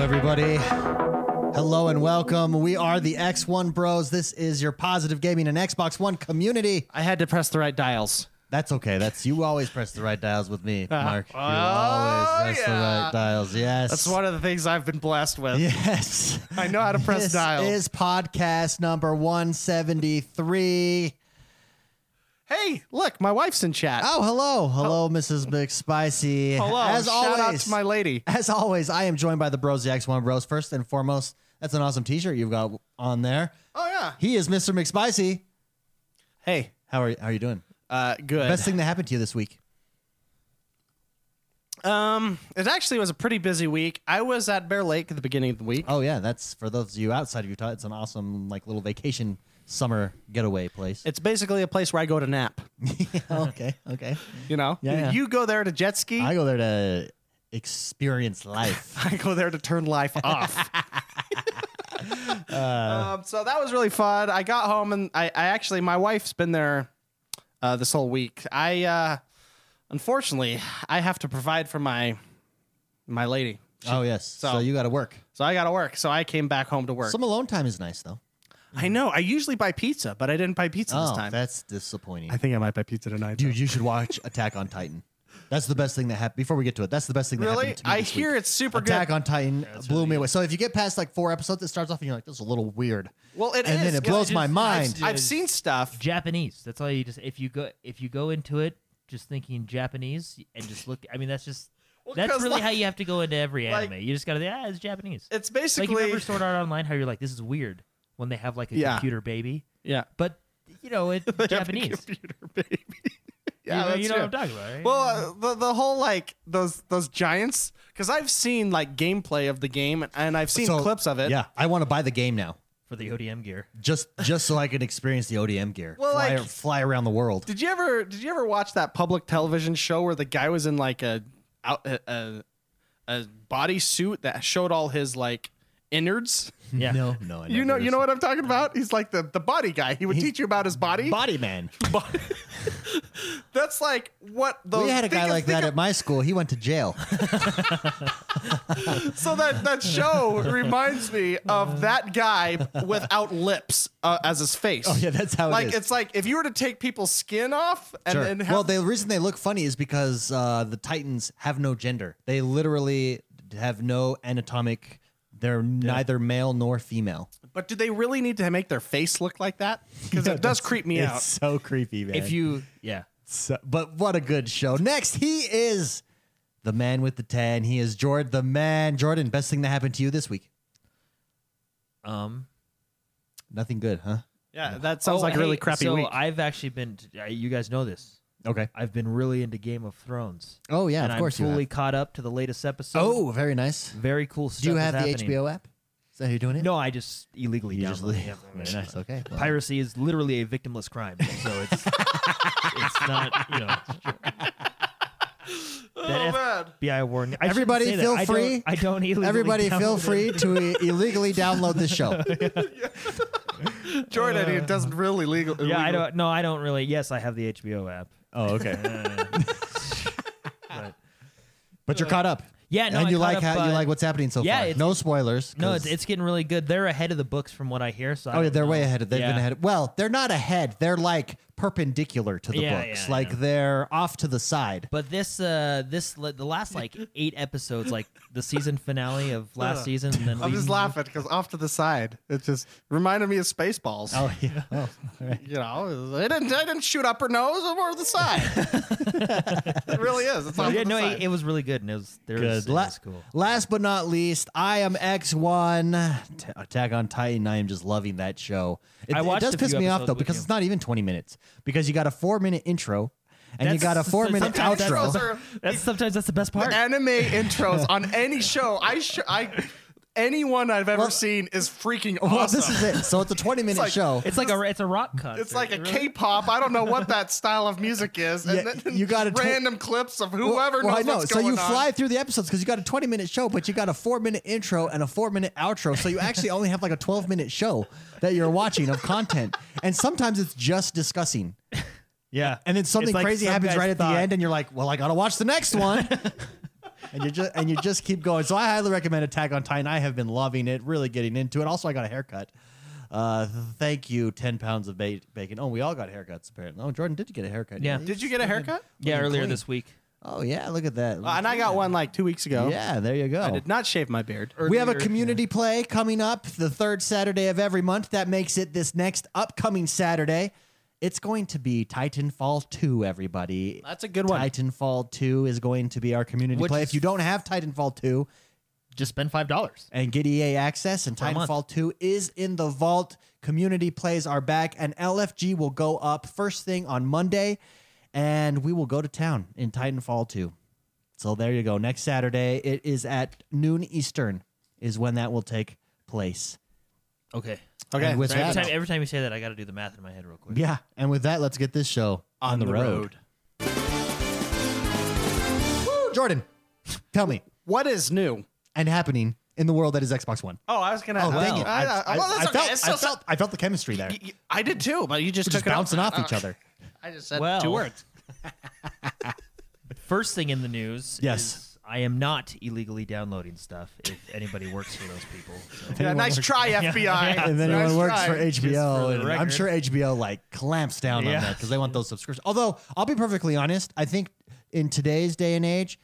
everybody. Hello and welcome. We are the X1 Bros. This is your positive gaming and Xbox One community. I had to press the right dials. That's okay. That's you always press the right dials with me, Mark. You Oh, always press the yeah. right dials. Yes. That's one of the things I've been blessed with. Yes. I know how to press this dials. is podcast number 173. hey, look, my wife's in chat. Oh, hello. Hello, Mrs. Big Spicy. Hello. As Shout out always, to my lady. As always, I am joined by the Bros, the X1 Bros. First and foremost, that's an awesome t shirt you've got on there. Oh yeah. He is Mr. McSpicy. Hey, How are you, how are you doing? uh, good. Best thing that happened to you this week? Um, it actually was a pretty busy week. I was at Bear Lake at the beginning of the week. Oh yeah, that's for those of you outside of Utah. It's an awesome like little vacation summer getaway place. It's basically a place where I go to nap. okay, okay. You know, Yeah, yeah. you go there to jet ski. I go there to experience life. I go there to turn life off. um, so that was really fun. I got home and I, I actually, my wife's been there uh, this whole week. I, uh, unfortunately, I have to provide for my my lady, oh yes. So, So- you got to work. so I got to work. So I came back home to work. Some alone time is nice though. I know. I usually buy pizza, but I didn't buy pizza Oh, this time. that's disappointing. I think I might buy pizza tonight. Dude, you should watch Attack on Titan. That's the best thing that happened. Before we get to it, that's the best thing that really? happened to me I this hear week. it's super Attack good. on Titan blew me away. So if you get past like four episodes, it starts off and you're like, "This is a little weird." well, it is. and then it Yeah, blows just- my I've- mind. I've seen stuff. Japanese. That's all you just if you go if you go into it just thinking Japanese and just look. I mean, that's just Well, that's 'cause, really like- how you have to go into every like- anime. you just gotta ah, it's Japanese. It's Like basically you remember Sword Art Online, how you're like, this is weird when they have like a Yeah. computer baby, yeah. but you know it They have a Japanese. computer baby. you know, that's you know true. what I'm talking about, right? Well, uh, the the whole like those those giants because I've seen like gameplay of the game and I've seen So- clips of it. Yeah, I want to buy the game now. for the ODM gear. just just so I can experience the ODM gear. Well, fly, like- fly around the world. Did you ever did you ever watch that public television show where the guy was in like a out a a, a body suit that showed all his like innards? Yeah. No, no, I You know never you know what I'm talking about? He's like the the body guy. He would teach you about his body. saw- Body man. That's like what those we had a think guy of- like think that at my school. He went to jail. So that that show reminds me of that guy without lips uh, as his face. Oh yeah, that's how it like is. it's like if you were to take people's skin off and Sure. then have, well, the reason they look funny is because uh, the Titans have no gender. They literally have no anatomic. They're neither male nor female. but do they really need to make their face look like that? Because it does creep me it's out. so creepy, man. If you yeah. So- but what a good show. Next, he is the man with the tan. He is Jordan, the man. Jordan, best thing that happened to you this week? Um, Nothing good, huh? Yeah, that sounds oh, like a really hey, crappy so week. I've actually been. uh, You guys know this. Okay. I've been really into Game of Thrones. Oh yeah, and of course I'm you fully have. caught up to the latest episode. Oh, very nice. very cool stuff. Do you is have the happening. HBO app? Is that how you're doing it? No, I just illegally You just downloaded leave. it. Very nice. Okay. well, Piracy is literally a victimless crime, so it's it's not you know. oh man. FBI warning. I shouldn't Everybody say that. feel I don't- free. I don't illegally. Everybody, feel download it. free to i- illegally download this show. Jordan, it doesn't really legal. Uh, Yeah, I illegal. don't. No, I don't really. Yes, I have the HBO app. Uh, Oh, okay. But you're caught up. Yeah, no, and I you caught like up, how you uh, like what's happening so yeah, far. it's- No spoilers. No, 'cause- it's, it's getting really good. They're ahead of the books from what I hear. So I oh yeah, don't they're know. way ahead. They've Yeah. been ahead. Well, they're not ahead. They're like perpendicular to the Yeah, books. yeah, like yeah. they're off to the side. But this, uh, this li- the last like eight episodes, like the season finale of last season, and then I'm we- just laughing because off to the side, it just reminded me of Spaceballs. Oh yeah. Oh, all right. You know, I didn't, I didn't shoot up her nose or the side. it really is. It's off Yeah, to the no, side. it, it was really good, and it was there was, Good. it La- was cool. Last but not least, I am X1 T- Attack on Titan. I am just loving that show. It, I it watched does a piss few me off episodes though with because you. it's not even 20 minutes because you got a 4 minute intro and you That's- got a 4 minute sometimes that's outro. Intros the- are- That's sometimes that's the best part. anime intros on any show. I sh- I anyone I've ever Well- seen is freaking Well, awesome. this is it. So it's a 20 minute like- show. It's like a it's a rock concert. it's like a It really- K-pop. I don't know what that style of music is. And Yeah, then you gotta tw- random clips of whoever well, I knows know. what's so you going on. fly through the episodes because you got a 20 minute show, but you got a four minute intro and a four minute outro. So you actually only have like a 12 minute show that you're watching of content. And sometimes it's just discussing. yeah. And then something It's like crazy some happens guy's right at thought. the end, and you're like, well, I got to watch the next one. and you just and you just keep going. So I highly recommend Attack on Titan. I have been loving it, really getting into it. Also, I got a haircut. Uh, thank you, ten pounds of ba- bacon. Oh, we all got haircuts apparently. Oh, Jordan, did you get a haircut? Yeah. Did you get a haircut? Yeah, earlier clean. this week. Oh yeah, look at that. Uh, and I got one like two weeks ago. Yeah, there you go. I did not shave my beard. We have a community play coming up the third Saturday of every month. That makes it this next upcoming Saturday. It's going to be Titanfall 2, everybody. That's a good one. Titanfall 2 is going to be our community Which play. is- If you don't have Titanfall 2 Just spend five dollars. and get EA access, and Per month. Titanfall 2 is in the vault, community plays are back, and LFG will go up first thing on Monday, and we will go to town in Titanfall 2. So there you go. Next Saturday, it is at noon Eastern, is when that will take place. Okay. Okay. And with every, that, time, every time you say that, I got to do the math in my head real quick. yeah. And with that, let's get this show on, the, road. Woo, Jordan, tell me What is new? and happening in the world that is Xbox One. Oh, I was gonna. Oh, I- dang it! I, I- I, I- well, that's I okay. felt, It's still- I felt, I felt the chemistry there. y- y- I did too, but you just We're took just it out. bouncing off each other. I just said Well. two words. First thing in the news. Yes. is I am not illegally downloading stuff. If anybody works for those people. So. Yeah, nice try, FBI. And then nice everyone works try. for HBO, the and I'm record. sure HBO like clamps down on Yeah. that because they want those subscriptions. Although I'll be perfectly honest, I think in today's day and age,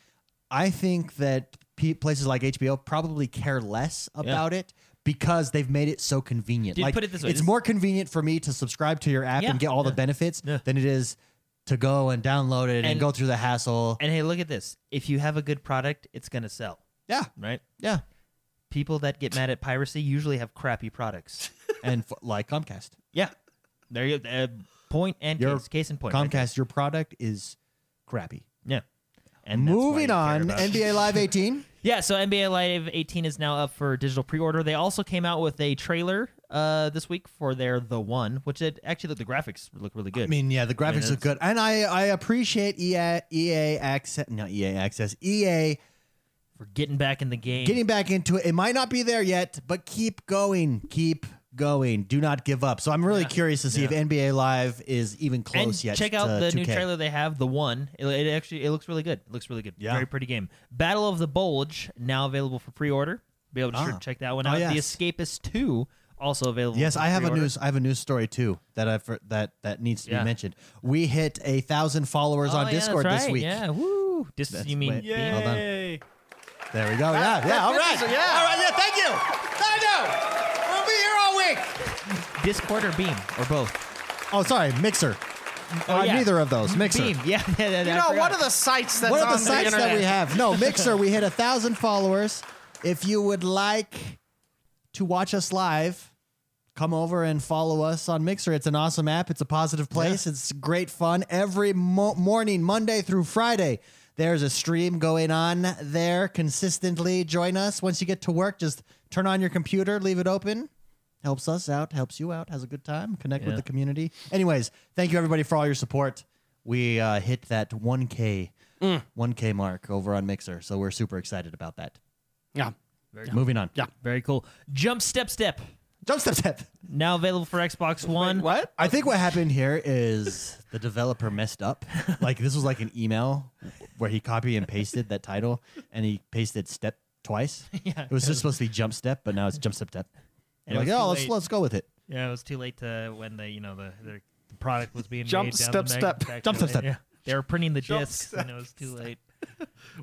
I think that pe- places like HBO probably care less about it because they've made it so convenient. Dude, like, put it this way, it's this- more convenient for me to subscribe to your app Yeah, and get all the benefits yeah. than it is to go and download it and, And- go through the hassle. And hey, look at this. If you have a good product, it's gonna sell, yeah, right? yeah, People that get mad at piracy usually have crappy products. and f- like Comcast, Yeah. There you go. Uh, point and Your case. Case in point. right Comcast, your product is crappy. there. Yeah. And that's why you Moving care on, about it. NBA Live 18. Yeah, so NBA Live 18 is now up for digital pre-order. They also came out with a trailer uh, this week for their The One, which it actually look, the graphics look really good. I mean, yeah, the graphics look good, and I I appreciate E EA EA access, not EA access, EA for getting back in the game. getting back into it. It might not be there yet, but keep going, keep going. Do not give up. So I'm really curious to see if NBA Live is even and close yet. check out to the 2K. new trailer they have, The One. It, it actually it looks really good. It looks really good. Yeah. Very pretty game. Battle of the Bulge now available for pre-order. Be able to sure Ah. check that one Oh, out. The yes. Escapist 2 also available. Yes, for I have a pre-order. news. I have a news story too that I have that that needs to Yeah. be mentioned. We hit a thousand followers Oh, on yeah, Discord that's this right. week. Yeah, woo. Dis- That's you mean way- being- Hold on. There we go. Yeah, that yeah. All right. fits, yeah. All right. Yeah. Thank you. I know. We'll be here all week. Discord or Beam or both? Oh, sorry, Mixer. Oh, Uh, yeah. Neither of those. Mixer. Beam. Yeah, yeah, yeah. You I know, forgot. one of the sites that's One of on the sites internet. that we have. No, Mixer. we hit a thousand followers. If you would like to watch us live, come over and follow us on Mixer. It's an awesome app. It's a positive place. It's great fun. Every mo- morning, Monday through Friday, there's a stream going on there consistently. Join us. Once you get to work, just turn on your computer, leave it open. Helps us out, helps you out, has a good time, connect with Yeah. the community. Anyways, thank you everybody for all your support. We uh, hit that 1K, 1K mark over on Mixer, so we're super excited about that. Yeah. Moving on. Yeah. Very cool. Jump Step Step Jump step step. now available for Xbox One. What? I think what happened here is the developer messed up. Like this was like an email where he copy and pasted that title, and he pasted step twice. Yeah. It was just supposed to be jump step, but now it's jump step step. And It like, was too oh, let's late. let's go with it. Yeah, it was too late to when the you know the the, the product was being Jump made down Step the Step. manufacturer. Jump Step Step. Yeah. They were printing the Jump discs and it was too late.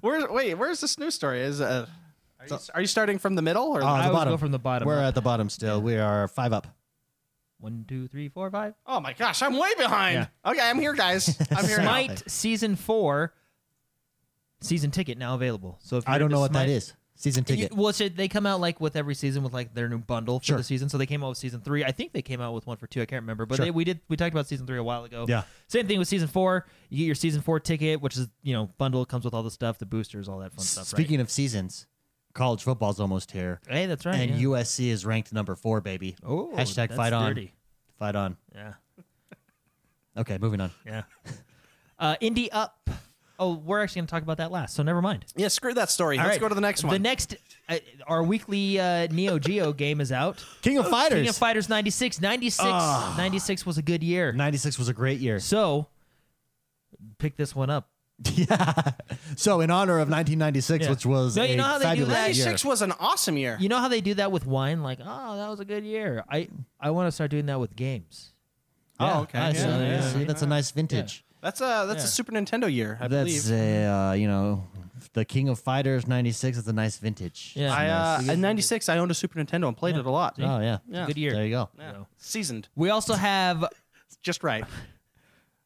Where's wait? Where's this news story? Is uh, are you, are you starting from the middle or? Oh, the I always bottom. go from the bottom. We're up. at the bottom still. We are five up. One, two, three, four, five. oh my gosh, I'm way behind. Okay, I'm here, guys. I'm here. now. Smite season four. Season ticket now available. So if I you're don't into know what that Smite- is. Season You- ticket. well, so they come out like with every season with like their new bundle for Sure. the season. So they came out with season three. I think they came out with one for two. I can't remember, but Sure. they, we did we talked about season three a while ago. Yeah. Same thing with season four. You get your season four ticket, which is you know bundle comes with all the stuff, the boosters, all that fun stuff. Speaking of seasons, college football's almost here, right? hey, that's right. and yeah. USC is ranked number four, baby. oh Hashtag that's fight on. dirty. Fight on. Yeah, Okay, moving on. yeah. uh, Indie up. Oh, we're actually gonna talk about that last, so never mind. Yeah, screw that story. All Let's right. go to the next one. The next, uh, our weekly uh, Neo Geo game is out. Oh, King of Fighters. Ah. King of Fighters 96. 96, 96 was a good year. 96 was a great year. So, pick this one up. Yeah. So in honor of 1996, Yeah. which was No, you a know how they do fabulous that? year. 96 was an awesome year. You know how they do that with wine? Like, oh, that was a good year. I I want to start doing that with games. oh, okay. Nice. Yeah, So, yeah, see, yeah. that's a nice vintage. That's a that's Yeah. a Super Nintendo year, I that's believe. a uh, you know, the King of Fighters '96 is a nice vintage. Yeah. I uh, Nice. in '96 I owned a Super Nintendo and played it a lot. oh yeah. Yeah. Good year. There you go. Yeah. So. Seasoned, We also have just right.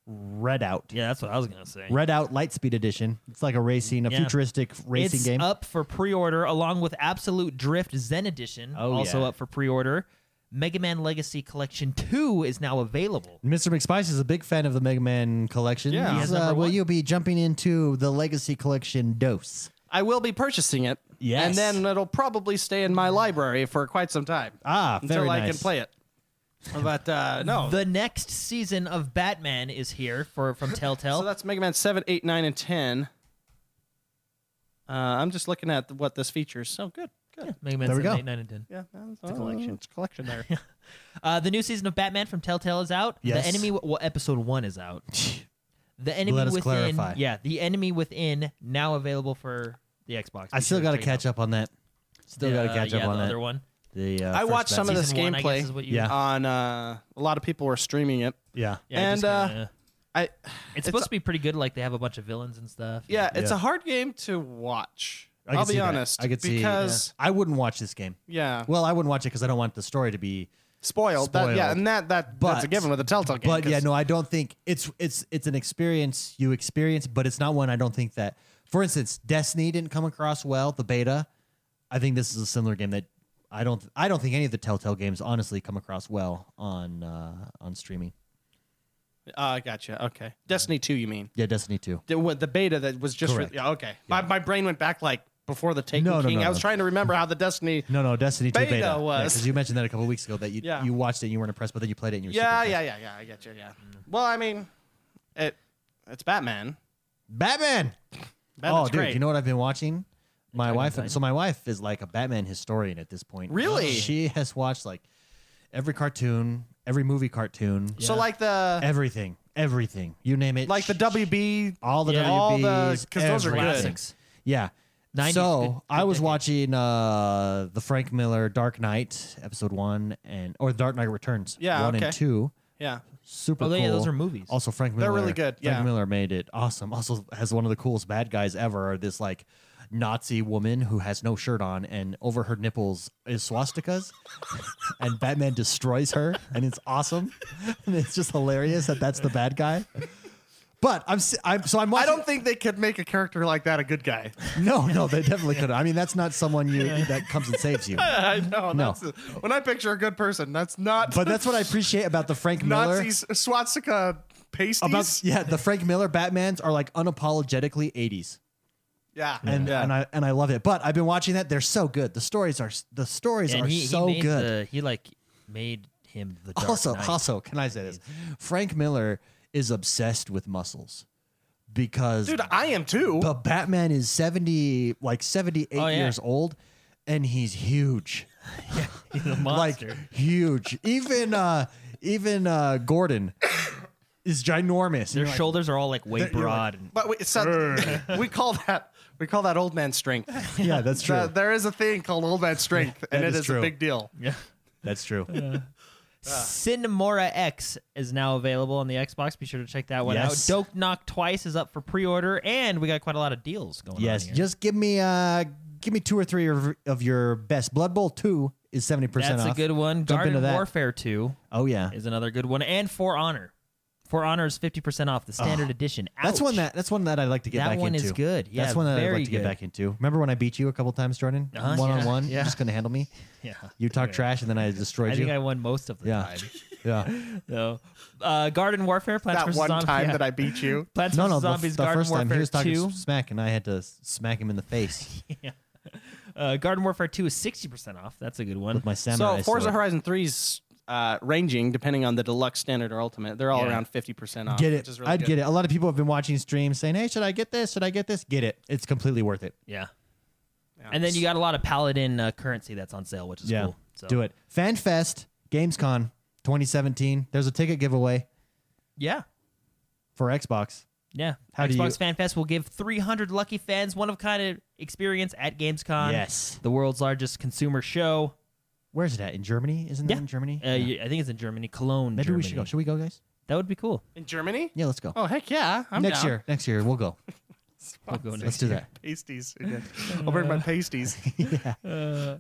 Red Out. yeah, that's what I was gonna say. Red Out Lightspeed Edition. It's like a racing, a Yeah. futuristic racing it's game. up for pre-order along with Absolute Drift Zen Edition, Oh, also yeah. up for pre-order. Mega Man Legacy Collection Two is now available. Mr. McSpice is a big fan of the Mega Man collection. Yeah. He He's, has uh, number will one. you be jumping into the Legacy Collection dose? I will be purchasing it. Yes. And then it'll probably stay in my library for quite some time. Ah, until very I nice. can play it. But uh, no. The next season of Batman is here for from Telltale. so that's Mega Man 7, 8, 9, and 10. Uh, I'm just looking at what this features. So good. Good. Mega Man There we 7, go. 8, 9, and 10. Yeah. that's it's a collection. It's a collection there. Uh, the new season of Batman from Telltale is out. Yes. The enemy, well, episode one is out. The enemy Let us within, clarify. yeah, the enemy within now available for the Xbox. I still got to catch up on that. Still got to catch yeah, up on the that. other one. The, uh, I first watched some of Batman. this Season one, I gameplay. guess, is what you- Yeah. On uh, a lot of people were streaming it. Yeah. Yeah, And, just kinda- I uh, it's, supposed to be pretty good. Like they have a bunch of villains and stuff. yeah, it's Yeah. a hard game to watch. can I'll see be that. honest. I could see because I wouldn't watch this game. yeah, Well, I wouldn't watch it because I don't want the story to be. spoiled. That, yeah, Spoiled. and that that that's a But- given with a Telltale game. But yeah, 'cause- no, I don't think it's it's it's an experience you experience, but it's not one I don't think that. For instance, Destiny didn't come across well. The beta, I think this is a similar game that I don't I don't think any of the Telltale games honestly come across well on uh, on streaming. Uh, gotcha. Okay, Destiny Two, you mean Yeah, Destiny two. the, what- the beta that was just re- Correct. yeah, okay. My, my brain went back like before the Taken No, no, King. no, I was no. trying to remember how the Destiny. No, no, Destiny two Beta beta, Yeah, was. 'cause you mentioned that a couple weeks ago that you Yeah. you watched it and you weren't impressed, but then you played it and you were Yeah, super yeah, impressed. yeah, yeah. I get you. Yeah. Well, I mean, it it's Batman. Batman. Batman's oh, dude, great. you know what I've been watching? My wife. Titan. So my wife is like a Batman historian at this point. Really? She has watched like every cartoon, every movie cartoon, So like the everything, everything. You name it. like the She- WB. all the Yeah. WBs, All the- 'cause those are good. everything. Classics. Yeah. 90s, so good- good I was decade. watching uh, the Frank Miller Dark Knight episode one and or Dark Knight Returns Yeah, one okay. and two Yeah. super Oh, cool. yeah, those are movies. Also, Frank Miller. They're really good, Frank yeah. Miller made it awesome. Also, has one of the coolest bad guys ever. Are this like Nazi woman who has no shirt on and over her nipples is swastikas, and Batman destroys her, and it's awesome. And it's just hilarious that that's the bad guy. But I'm, s- I'm so I'm I watching. don't think they could make a character like that a good guy. No, no, they definitely could. I mean, that's not someone you that comes and saves you. I know. That's when I picture a good person, that's not But that's what I appreciate about the Frank Miller. Nazis swastika pasties. About yeah, the Frank Miller Batmans are like unapologetically 80s. yeah, and yeah. and I and I love it. But I've been watching that; they're so good. The stories are the stories and are he, he so made good. The, he like made him the Dark also, Knight. also, can I say this? Frank Miller is obsessed with muscles because dude, I am too. but Batman is seventy, like seventy eight Oh, yeah. years old, and he's huge, He's a monster. like huge. Even uh, even uh, Gordon is ginormous. Their You're like, shoulders are all like way broad. and But we, so, we call that we call that old man strength. yeah, that's true. Uh, there is a thing called old man strength, and that it is is, true. a big deal. yeah. that's true. Cinemora X is now available on the Xbox. Be sure to check that one Yes. out. Dope Knock Twice is up for pre-order, and we got quite a lot of deals going Yes, on. here. just give me uh give me two or three of, of your best. Blood Bowl two is seventy percent that's off. a good one. Jump into Garden that. Warfare Two Oh yeah, is another good one, and For Honor. For Honor is fifty percent off the standard edition. that's Ouch. one that that's one that I like to get That back one is into. good. Yeah, that's one that I very like to get good. back into. Remember when I beat you a couple times, Jordan, Uh-huh, one on one? yeah, You're just gonna handle me. Yeah. You talk trash and then I destroyed I you. think I won most of the yeah, time. yeah. So, uh, Garden Warfare, Plants That vs one Zombies. time yeah. that I beat you. Plants No, vs no. The, f- Zombies the Garden first Warfare time he was talking 2. smack, and I had to s- smack him in the face Uh, Garden Warfare 2 is 60% off. That's a good one. with my samurai So Forza sword. Horizon 3's uh, ranging depending on the deluxe standard or ultimate. They're all Yeah. around fifty percent off. Get Which it? is really I'd good. get it. A lot of people have been watching streams saying, "Hey, should I get this? Should I get this?" Get it. It's completely worth it. yeah. And then you got a lot of Paladin uh, currency that's on sale, which is cool. So. Do it. FanFest, GamesCon 2017. There's a ticket giveaway Yeah. for Xbox. Yeah. How do Xbox you- Fan Fest will give 300 lucky fans one of kind of experience at Gamescom. Yes. The world's largest consumer show. Where's it at? In Germany? Isn't Yeah. that in Germany? Uh, y- I think it's in Germany, Cologne. Maybe Germany. we should go. Should we go, guys? That would be cool. In Germany? Yeah, let's go. Oh heck yeah! I'm next down. year. Next year we'll go. We'll go Let's next do that. Pasties. again. I'll bring my pasties. oh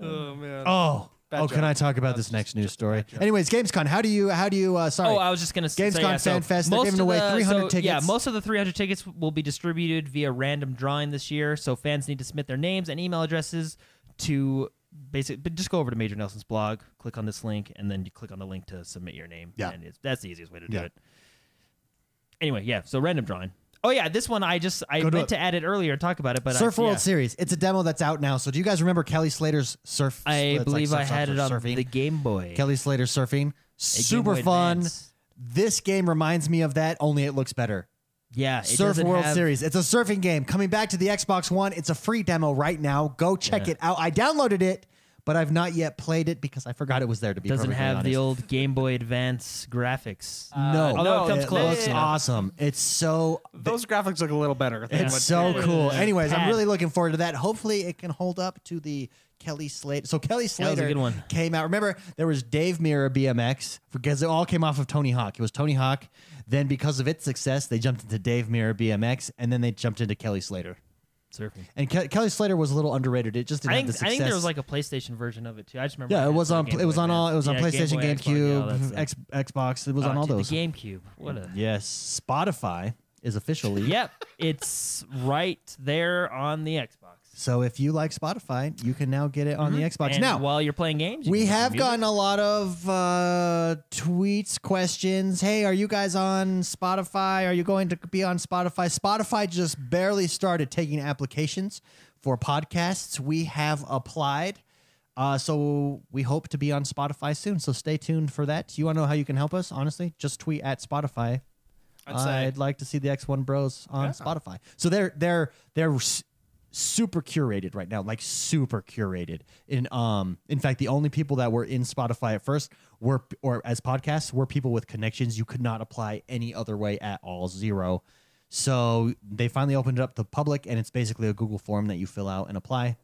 man. Oh. Bad oh, can joke. I talk about this next news story? Anyways, GamesCon, how do you how do you uh sorry. Oh, I was just gonna s- Gamescom say, yeah, so Fan Fest, they're most giving of away the- 300 so, Yeah, tickets. most of the 300 tickets will be distributed via random drawing this year. So fans need to submit their names and email addresses to basic. But just go over to Major Nelson's blog, click on this link, and then you click on the link to submit your name. Yeah. and it's, that's the easiest way to do Yeah. it. Anyway, yeah. So random drawing. Oh yeah, this one I just I Go to meant it. to add it earlier and talk about it, but Surf I, World yeah. Series. It's a demo that's out now. So do you guys remember Kelly Slater's surf? I it's like believe surf, I surf, had surf, it on surfing. the Game Boy. Kelly Slater surfing. A Game Super Boy fun. Advance. This game reminds me of that, only it looks better. Yeah, it Surf doesn't World have- Series. It's a surfing game coming back to the Xbox One. It's a free demo right now. Go check Yeah. it out. I downloaded it, but I've not yet played it because I forgot it was there. To be doesn't perfectly have honest. the old Game Boy Advance graphics. no. although no, it comes it close. looks you know. awesome. It's so Those graphics look a little better. Than it's what- so Yeah. cool. Anyways, I'm Pad. really looking forward to that. Hopefully, it can hold up to the Kelly Slater. So Kelly was a Slater good one. came out. Remember, there was Dave Mirra BMX because it all came off of Tony Hawk. It was Tony Hawk. Then, because of its success, they jumped into Dave Mirra BMX, and then they jumped into Kelly Slater. Surfing. And Ke- Kelly Slater was a little underrated. It just didn't I have the think, success. I think there was like a PlayStation version of it too. I just remember. yeah, had it was for the on Game it was Boy on all it Advance. was on Yeah, Game PlayStation, Boy, Xbox, yeah, all that GameCube, stuff. X, Xbox. It was Oh, on all dude, those. The GameCube. What a. Yes, Spotify is officially. yep, it's right there on the Xbox. So if you like Spotify, you can now get it on the Xbox. Mm-hmm. And now, while you're playing games, you We can listen to have music. gotten a lot of uh, tweets, questions. Hey, are you guys on Spotify? Are you going to be on Spotify? Spotify just barely started taking applications for podcasts. We have applied. Uh, so we hope to be on Spotify soon. So stay tuned for that. You want to know how you can help us? Honestly, just tweet at Spotify. I'd say- I'd like to see the X1 Bros on Spotify. So they're they're they're s- super curated right now, like super curated. In um, in fact, the only people that were in Spotify at first were or as podcasts were people with connections. You could not apply any other way at all, zero. So they finally opened it up to public, and it's basically a Google form that you fill out and apply.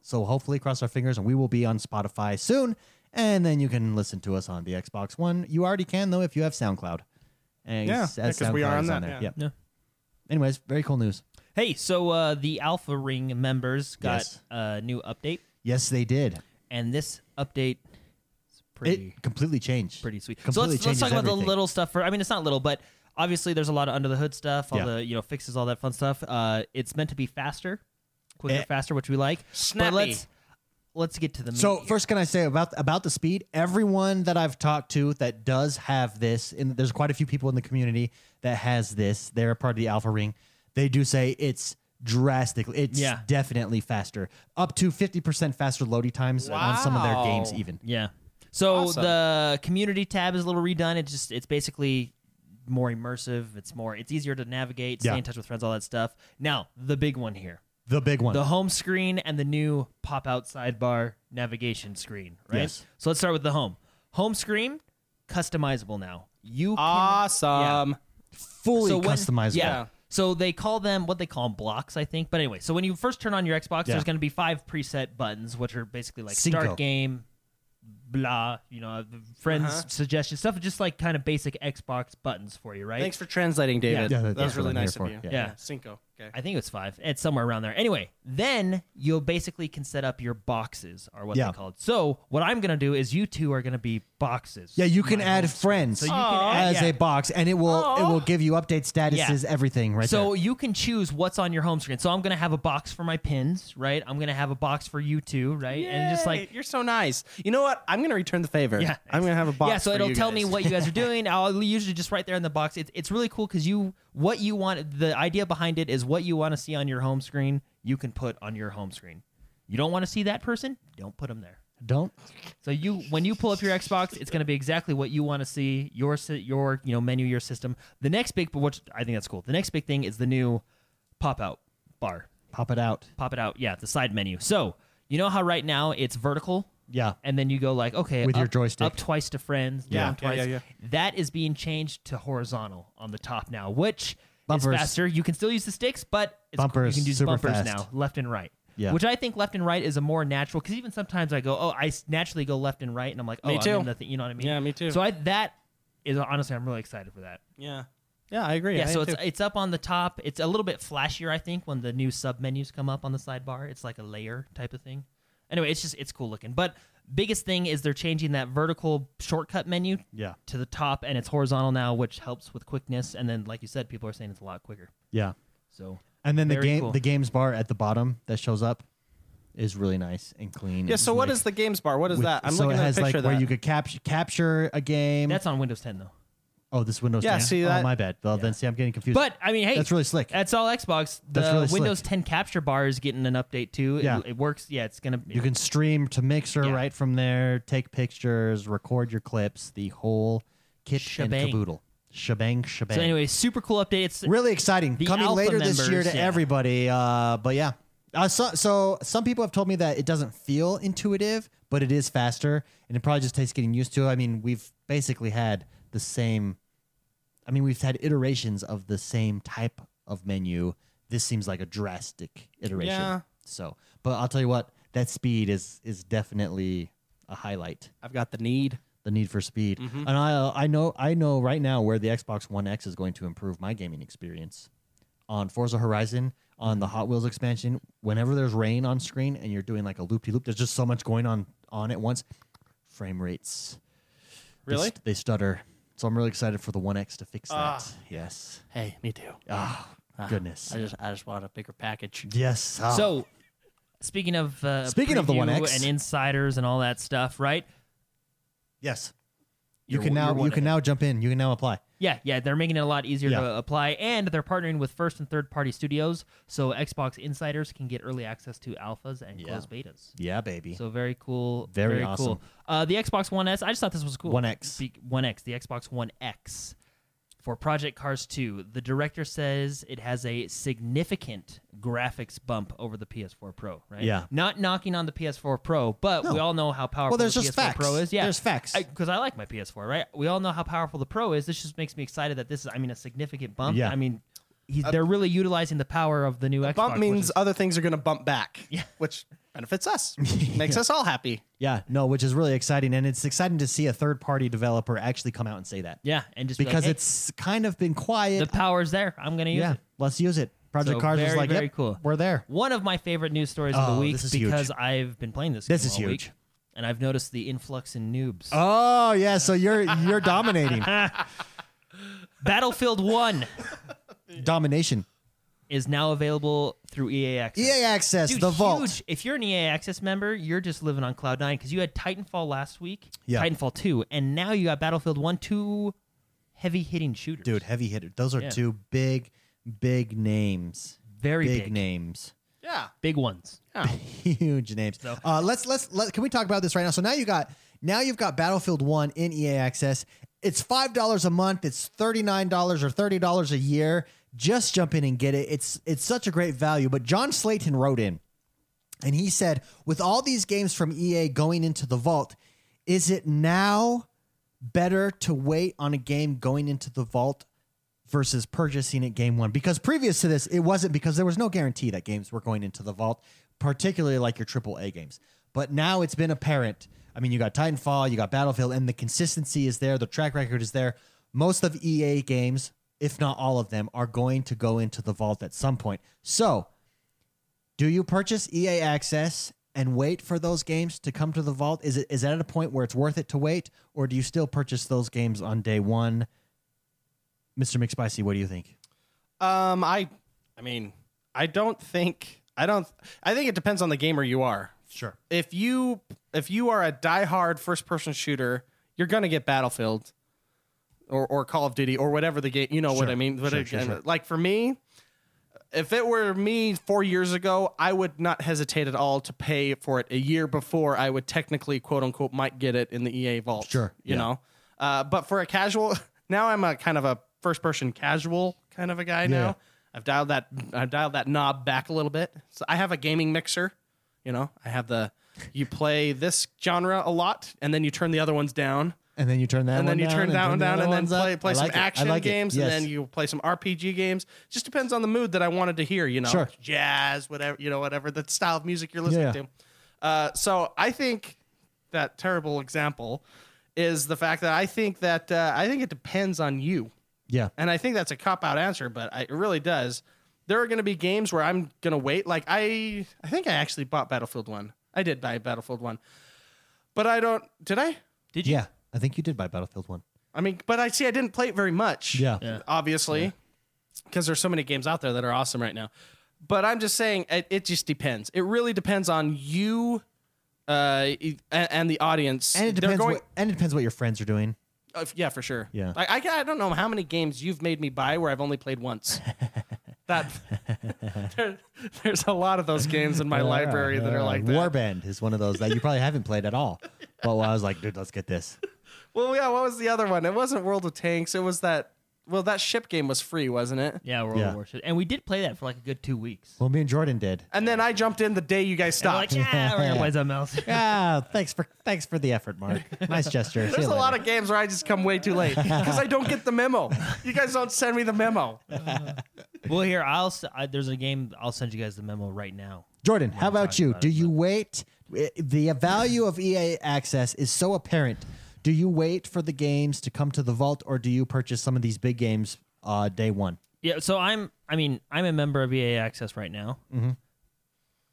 So hopefully, cross our fingers, and we will be on Spotify soon. And then you can listen to us on the Xbox One. You already can though if you have SoundCloud. And Yeah, as yeah, 'cause we SoundCloud are on is that, there. yeah. Yep. Yeah. Anyways, very cool news. Hey, so uh, the Alpha Ring members got Yes. a new update, Yes, they did. and this update is pretty. It completely changed. pretty sweet. So Completely let's, let's talk changes about the everything. little stuff. For I mean, it's not little, but obviously there's a lot of under the hood stuff, all Yeah. the you know fixes, all that fun stuff. Uh, it's meant to be faster, quicker, Eh. faster, which we like. Snappy. But let's let's get to the meat So here. first, can I say about about the speed? Everyone that I've talked to that does have this, and there's quite a few people in the community that has this. They're a part of the Alpha Ring. They do say it's drastically, it's Yeah. definitely faster, up to fifty percent faster loading times on some of their Wow. games. Even yeah. So Awesome. the community tab is a little redone. It's just it's basically more immersive. It's more it's easier to navigate, Yeah. stay in touch with friends, all that stuff. Now the big one here. the big one, The home screen and the new pop out sidebar navigation screen, right? Yes. So let's start with the home. Home screen, customizable now. You can, Ah, Awesome. fully when- customizable. Yeah. So they call them what they call them blocks, I think. But anyway, so when you first turn on your Xbox, Yeah. there's going to be five preset buttons, which are basically like Cinco. start game, blah, you know, friends suggestions stuff, just like kind of basic Xbox buttons for you, right? Thanks for translating, David. Yeah, that- that, that's was what really I'm here nice for. of you. Yeah. Yeah. Cinco. Okay. I think it was five. It's somewhere around there. Anyway, then you'll basically can set up your boxes, or what Yeah. they're called. So what I'm gonna do is you two are gonna be boxes. Yeah, you can My add home screen. friends So you can add, as yeah. a box, and it will it Aw. will give you update statuses, everything right so there. you can choose what's on your home screen. So I'm gonna have a box for my pins, right? I'm gonna have a box for you two, right? And just like Yay, you're so nice. You know what? I'm gonna return the favor. Yeah. I'm gonna have a box. Yeah, so for it'll you tell guys. me what you guys are doing. I'll usually just right there in the box. It's it's really cool because you what you want the idea behind it is what you want to see on your home screen. You can put on your home screen. You don't want to see that person. Don't put them there. Don't So you when you pull up your Xbox, it's going to be exactly what you want to see your sy- your you know menu your system. The next big but which I think that's cool. The next big thing is the new pop out bar. pop it out. Pop it out. Yeah, the side menu. So you know how right now it's vertical Yeah, and then you go like okay With your up- joystick. up twice to friends Yeah, down yeah, twice. yeah, yeah. that is being changed to horizontal on the top now which Bumpers. is faster. You can still use the sticks, but it's, Bumpers, you can use super bumpers fast. now, left and right. Yeah. Which I think left and right is a more natural because even sometimes I go, oh, I s- naturally go left and right, and I'm like, oh, Me too. I'm in the thing, you know what I mean? Yeah, me too. So I that is honestly, I'm really excited for that. Yeah. Yeah, I agree. Yeah, I so am it's too. it's up on the top. It's a little bit flashier, I think, when the new sub menus come up on the sidebar. It's like a layer type of thing. Anyway, it's just it's cool looking. But biggest thing is they're changing that vertical shortcut menu Yeah. to the top, and it's horizontal now, which helps with quickness. And then, like you said, people are saying it's a lot quicker. Yeah. So And then the Very game, cool. the games bar at the bottom that shows up, is really nice and clean. yeah. So what is the games bar? What is that? I'm so looking it at a has picture like of where that. you could capture capture a game. that's on Windows 10 though. oh, this Windows. Yeah, 10. see Oh, that- my bad. Well, then see, I'm getting confused. But I mean, hey, that's really slick. That's all Xbox. The That's really slick. Windows 10 capture bar is getting an update too. It- Yeah. It, works. Yeah, it's gonna. you can stream to Mixer Yeah. right from there. Take pictures, record your clips, the whole kit Shebang. and caboodle. Shebang, shebang. so anyway, super cool update. It's really exciting The coming alpha later this year members, to yeah. everybody uh, but yeah uh, so, so some people have told me that it doesn't feel intuitive but it is faster and it probably just takes getting used to i mean we've basically had the same i mean we've had iterations of the same type of menu this seems like a drastic iteration Yeah. so but i'll tell you what that speed is is definitely a highlight I've got the need. the need for speed and i i know i know right now where the xbox one x is going to improve my gaming experience on forza horizon on the hot wheels expansion whenever there's rain on screen and you're doing like a loop-de-loop there's just so much going on on at once frame rates they Really? st- they, stutter so i'm really excited for the one x to fix Ah. that yes Hey, me too. oh goodness I just I just want a bigger package. yes Ah. So, speaking of uh, Speaking of the preview 1X. and insiders and all that stuff, right? yes you You're- can you're now you one can of now jump in you can now apply Yeah, yeah, they're making it a lot easier Yeah. to apply, and they're partnering with first and third party studios, so Xbox insiders can get early access to alphas and Yeah. closed betas. yeah baby So very cool, Very awesome. cool. Uh, the Xbox One S, I just thought this was cool. One X. Be- One X, the Xbox One X for Project Cars Two. The director says it has a significant graphics bump over the PS4 Pro. Right? Yeah. Not knocking on the PS4 Pro, but we all know how powerful there's the just PS4 facts. Pro is. Yeah, There's facts. Because I, like my PS4. Right? We all know how powerful the Pro is. This just makes me excited that this is. I mean, a significant bump. Yeah. I mean. He's, they're really utilizing the power of the new Xbox. Uh, Bump which means is- other things are going to bump back, Yeah. which benefits us, makes us all happy. Yeah, no, which is really exciting, and it's exciting to see a third-party developer actually come out and say that. yeah, and just be like, because "Hey, it's kind of been quiet. the power's there. I'm gonna use yeah, it. let's use it. Project So Cars was very, like, very yep, cool. we're there. One of my favorite news stories of Oh, the week this is huge. because I've been playing this. This game is all huge. week, and I've noticed the influx in noobs. Oh yeah, so you're you're dominating, Battlefield One domination. is now available through EA Access. EA E Access, Dude, the huge. Vault. If you're an EA Access member, you're just living on cloud nine because you had Titanfall last week, Yeah. Titanfall two, and now you got Battlefield One, two heavy hitting shooters. Dude, heavy hitter. Those are Yeah. two big, big names. very big, big, names. Yeah. big ones. Huge names. So- Uh, let's let's let, can we talk about this right now? So now you got now you've got Battlefield One in EA Access. It's five dollars a month. It's thirty nine dollars or thirty dollars a year. Just jump in and get it. It's it's such a great value. But John Slayton wrote in, and he said, with all these games from EA going into the vault, is it now better to wait on a game going into the vault versus purchasing it game one because previous to this it wasn't because there was no guarantee that games were going into the vault particularly like your aaa games but now it's been apparent i mean you got titanfall you got battlefield and the consistency is there the track record is there most of ea games if not all of them are going to go into the vault at some point so do you purchase EA access and wait for those games to come to the vault? Is it is that at a point where it's worth it to wait, or do you still purchase those games on day one? Mr. McSpicy, what do you think? Um, I, I mean, I don't think I don't. I think it depends on the gamer you are. Sure. If you if you are a diehard first person shooter, you're gonna get Battlefield, or or Call of Duty, or whatever the game. You know what Sure. I mean? But Sure, again, sure, sure. like for me, if it were me four years ago, I would not hesitate at all to pay for it a year before I would technically quote unquote might get it in the EA vault. Sure, You yeah. know. Uh, but for a casual, now I'm a kind of a first person casual kind of a guy now. I've dialed that I've dialed that knob back a little bit. So I have a gaming mixer. You know, I have the you play this genre a lot and then you turn the other ones down. and then you turn that and one then you down turn that one the down, other and then ones up. play, play I some like it. I action like it. games, Yes. and then you play some RPG games. Just depends on the mood that I wanted to hear, you know, Sure. jazz, whatever, you know, whatever the style of music you're listening Yeah. to. Uh, so I think that terrible example is the fact that I think that uh, I think it depends on you, yeah, and I think that's a cop out answer, but I, it really does. There are going to be games where I'm going to wait. Like I, I think I actually bought Battlefield One. I did buy Battlefield One, but I don't. Did I? Did you? yeah. I think you did buy Battlefield One. I mean, but I see I didn't play it very much. Yeah. Yeah. Obviously, because there's so many games out there that are awesome right now. But I'm just saying it, it just depends. It really depends on you uh, e- and, and the audience. And it They're depends. going- what, and it depends what your friends are doing. uh, yeah, for sure. Yeah. Like, I, I don't know how many games you've made me buy where I've only played once. that there- There's a lot of those games in my library that are Uh, like that. Warband is one of those that you probably haven't played at all. But I was like, dude, let's get this. Well, yeah, what was the other one? It wasn't World of Tanks. It was that, well, that ship game was free, wasn't it? Yeah, World Yeah. of Warship. And we did play that for like a good two weeks. Well, me and Jordan did. And then I jumped in the day you guys Oh, And we're stopped. like, yeah, we're gonna play something else. Ah, thanks for thanks for the effort, Mark. Nice gesture. There's a lot of games where I just come way too late because I don't get the memo. You guys don't send me the memo. well, here I'll. s- I, there's a game. I'll send you guys the memo right now. Jordan, how about talk you? about Do it, you wait? I- The value of EA access is so apparent. Do you wait for the games to come to the vault, or do you purchase some of these big games uh, day one? Yeah. So I'm. I mean, I'm a member of EA Access right now. Mm-hmm.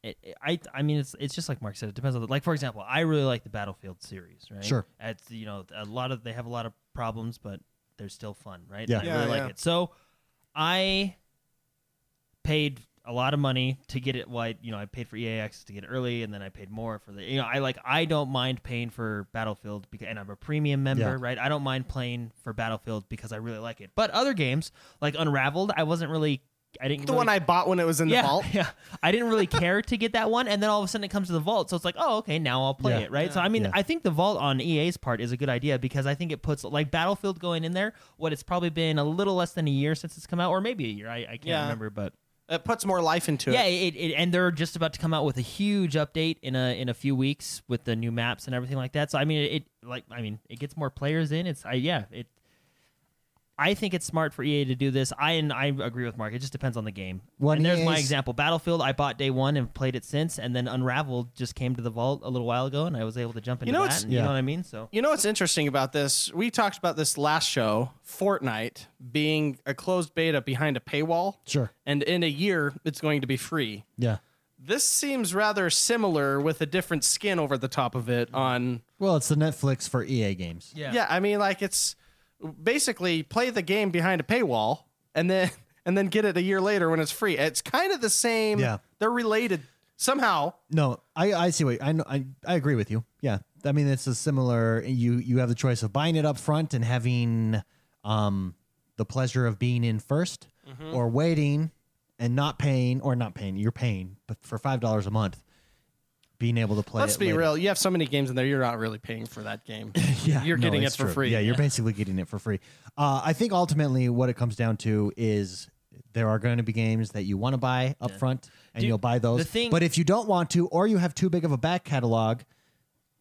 It, it- I. I mean, it's it's just like Mark said. It depends on the, like for example, I really like the Battlefield series. Right. Sure. It's you know a lot of they have a lot of problems, but they're still fun. Right. Yeah. And I Yeah, really yeah. like it. So I paid a lot of money to get it. Well, I, you know, I paid for EA access to get it early, and then I paid more for the. You know, I like I don't mind paying for Battlefield because, and I'm a premium member, Yeah. right? I don't mind playing for Battlefield because I really like it. But other games like Unraveled, I wasn't really. I didn't. The really, one I bought when it was in yeah, the vault. yeah. I didn't really care to get that one, and then all of a sudden it comes to the vault, so it's like, oh, okay, now I'll play Yeah. it, right? So I mean, Yeah. I think the vault on EA's part is a good idea because I think it puts like Battlefield going in there. What it's probably been a little less than a year since it's come out, or maybe a year. I, I can't Yeah. remember, but It puts more life into yeah, it. it, it, and they're just about to come out with a huge update in a in a few weeks with the new maps and everything like that. So I mean, it, like I mean, it gets more players in. It's I yeah, it. I think it's smart for EA to do this. I and I agree with Mark. It just depends on the game. Well, and there's my EA's example. Battlefield, I bought day one and played it since, and then Unraveled just came to the vault a little while ago, and I was able to jump into know, that. it's- and You yeah. know what I mean? So You know what's interesting about this? We talked about this last show, Fortnite being a closed beta behind a paywall. Sure. And in a year, it's going to be free. Yeah. This seems rather similar with a different skin over the top of it on Well, it's the Netflix for EA games. yeah, Yeah, I mean, like it's basically play the game behind a paywall, and then and then get it a year later when it's free. It's kind of the same. Yeah. they're related somehow. No, I, I see what I know. I, I agree with you. Yeah, I mean it's a similar. You you have the choice of buying it up front and having um the pleasure of being in 1st or waiting and not paying or not paying. You're paying, but for five dollars a month, being able to play. Let's it be later. real. You have so many games in there, you're not really paying for that game. Yeah, you're no, getting it it's for true. free. Yeah, you're basically getting it for free. Uh, I think ultimately what it comes down to is there are going to be games that you want to buy up front and Dude, you'll buy those. the thing- but if you don't want to, or you have too big of a back catalog,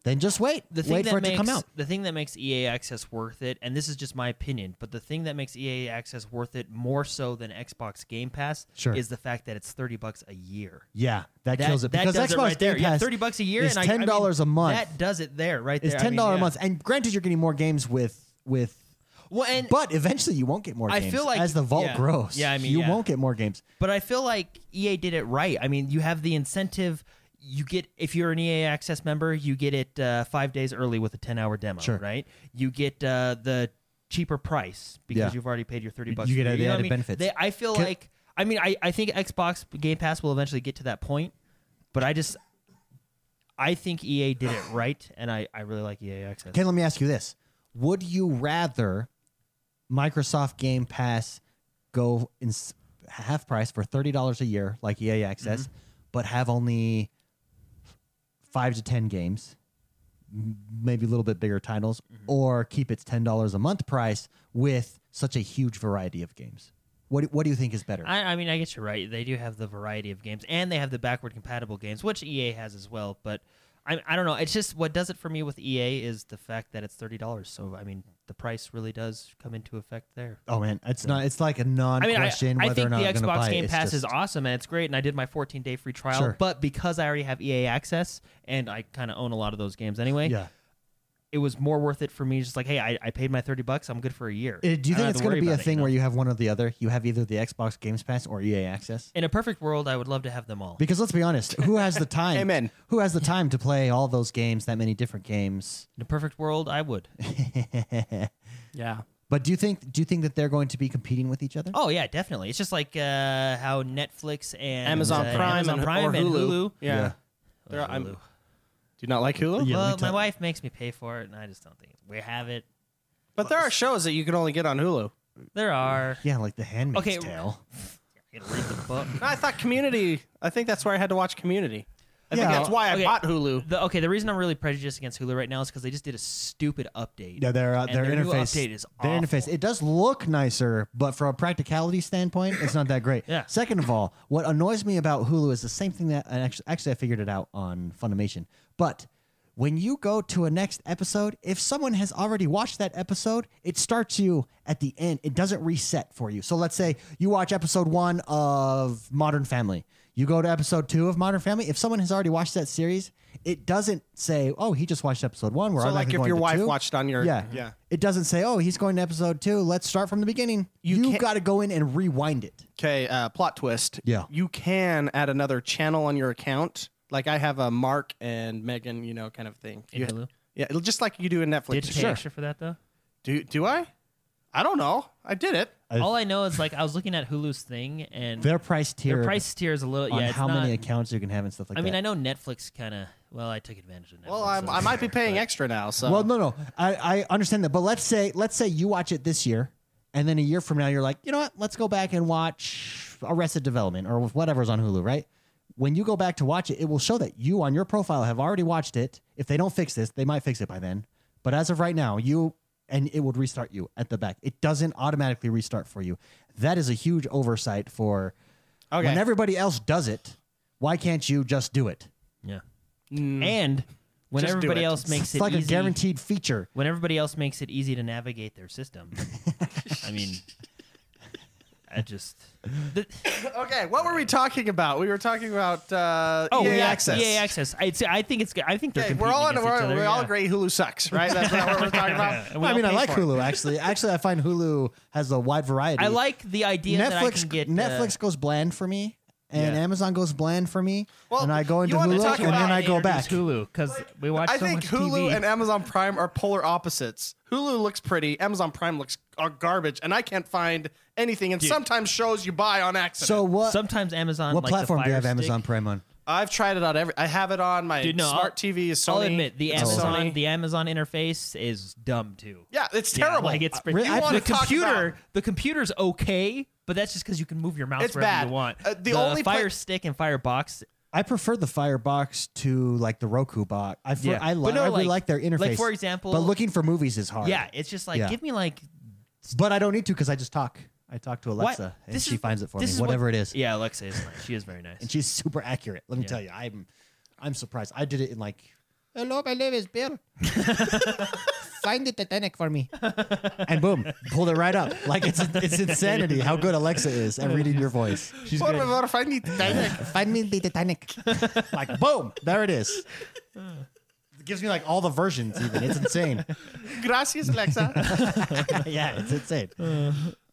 then just wait. the thing wait that for it makes to come out. the thing that makes EA Access worth it, and this is just my opinion, but the thing that makes EA Access worth it more so than Xbox Game Pass Sure. is the fact that it's thirty bucks a year. Yeah, that, That, kills it that because does Xbox it right there. Game yeah, Pass thirty bucks a year is and I- I ten mean, dollars a month. That does it there, right there. it's I mean, ten dollars yeah. a month, and granted, you're getting more games with with. Well, and but, But eventually, you won't get more I games feel like- as the vault yeah. grows. Yeah, I mean, you yeah. won't get more games. I feel like EA did it right. I mean, you have the incentive. You get if you're an EA Access member, you get it uh, five days early with a ten hour demo, Sure. right? You get uh, the cheaper price because Yeah. you've already paid your thirty bucks. you get for it. the know what I added mean? benefits. They, I feel Can- like I mean I, I think Xbox Game Pass will eventually get to that point, but I just I think EA did it right, and I, I really like EA Access. Ken, let me ask you this: Would you rather Microsoft Game Pass go in s- half price for thirty dollars a year, like EA Access, Mm-hmm. but have only five to ten games, m- maybe a little bit bigger titles, Mm-hmm. or keep its ten dollars a month price with such a huge variety of games? What do- What do you think is better? I, I mean, I guess you're right. They do have the variety of games, and they have the backward compatible games, which EA has E as well. But I, I don't know. It's just what does it for me with EA is the fact that it's thirty dollars. So I mean, the price really does come into effect there. Oh man, it's not. It's like a non I mean, I, question I whether think or not the I'm gonna buy Xbox it. Game It's Pass just- is awesome and it's great, and I did my 14 day free trial. Sure. But because I already have EA access and I kind of own a lot of those games anyway, Yeah. it was more worth it for me. Just like, hey, I, I paid my 30 bucks, I'm good for a year. Uh, do you I don't think have it's to going worry to be a about it, thing you know? where you have one or the other? You have either the Xbox Games Pass or EA Access. in a perfect world, I would love to have them all. Because let's be honest, who has the time? Amen. Who has the time to play all those games, that many different games? In a perfect world, I would. Yeah. but do you think do you think that they're going to be competing with each other? Oh yeah, definitely. It's just like uh, how Netflix and Amazon uh, Prime Amazon and, Prime or and Hulu. Hulu. Yeah. Yeah. There are- I'm- Hulu. Do you not like Yeah, Hulu? let me well, my tell- wife makes me pay for it, and I just don't think we have it. But there are shows that you can only get on Hulu. There are. Yeah, like the Handmaid's Okay. Tale. I gotta read the book. No, I thought Community. I think that's where I had to watch Community. I Yeah. think that's why I Okay. bought Hulu. The, okay, the reason I'm really prejudiced against Hulu right now is because they just did a stupid update. Yeah, their uh, And their, their new interface update is their interface. awful. It does look nicer, but from a practicality standpoint, it's not that great. Yeah. Second of all, what annoys me about Hulu is the same thing that and actually, actually I figured it out on Funimation. But when you go to a next episode, if someone has already watched that episode, it starts you at the end. It doesn't reset for you. So let's say you watch episode one of Modern Family. You go to episode two of Modern Family. If someone has already watched that series, it doesn't say, "Oh, he just watched episode one." We're So, automatically like, if going your to wife two." watched on your. Yeah. Yeah. It doesn't say, oh, he's going to episode two. Let's start from the beginning. You You, can't- got to go in and rewind it. Okay, uh, plot twist. Yeah. You can add another channel on your account. Like I have a Mark and Megan, you know, kind of thing. In You- Hulu? Yeah, it'll- just like you do in Netflix. Did you pay extra for that though? Do do I? I don't know. I did it. All I know is like I was looking at Hulu's thing and Their price tier their price tier is a little. on yeah, it's how not, many accounts you can have and stuff like I that. mean, I know Netflix kind of. Well, I took advantage of Netflix. Well, I'm, so I might be fair, paying but- extra now. So Well, no, no, I, I understand that, but let's say let's say you watch it this year, and then a year from now you're like, you know what? Let's go back and watch Arrested Development or whatever's on Hulu, right? When you go back to watch it, it will show that you on your profile have already watched it. If they don't fix this, they might fix it by then. But as of right now, you and it would restart you at the back. It doesn't automatically restart for you. That is a huge oversight for Okay. when everybody else does it. Why can't you just do it? Yeah. And when Mm. Just do everybody it. else makes It's it like easy, a guaranteed feature. when everybody else makes it easy to navigate their system, I mean, I just the, okay, what were we talking about? We were talking about uh, E EA oh, yeah, access. EA access. I'd say- I think it's. I think they're. Okay, we're all in, competing against each we're, other, we all yeah. agree Hulu sucks, right? That's not what we're talking about. And we I all mean, I pay like for it. Hulu actually. Actually, I find Hulu has a wide variety. I like the idea that I can Netflix. get uh, Netflix goes bland for me, and Yeah. Amazon goes bland for me. Well, and I go you into wanna Hulu, talk and then about I go back. introduce Hulu because we watch. I so think much Hulu TV. and Amazon Prime are polar opposites. Hulu looks pretty, Amazon Prime looks are garbage, and I can't find anything. And sometimes shows you buy on accident. So what? sometimes Amazon. what like the platform do you Fire have Stick- Amazon Prime on? I've tried it on every. I have it on my Dude, no, smart I'll- TV. Is Sony. I'll admit the It's Amazon Sony. the Amazon interface is dumb too. yeah, it's Yeah, terrible. Uh, like it's Re- I- wanna the talk computer. about- The computer's okay, but that's just because you can move your mouse It's wherever bad. you want. Uh, the only pla- Fire Stick and Firebox. I prefer the Firebox to like the Roku box. I fr- Yeah. I, li- But no, I really like- like their interface. like, for example- but looking for movies is hard. Yeah, it's just like Yeah. give me like but I don't need to because I just talk. I talk to Alexa, what and this she is- finds it for me, this is what- whatever it is. Yeah, Alexa is nice. She is very nice. and she's super accurate. Let me tell you, I'm I'm surprised. I did it in like, hello, my name is Bill. Find the Titanic for me, and boom, pulled it right up. Like it's it's insanity how good Alexa is at reading your voice. She's What good. about if I need Titanic? Find me the Titanic. Like boom, there it is. It gives me like all the versions. Even it's insane. Gracias, Alexa. yeah, it's insane.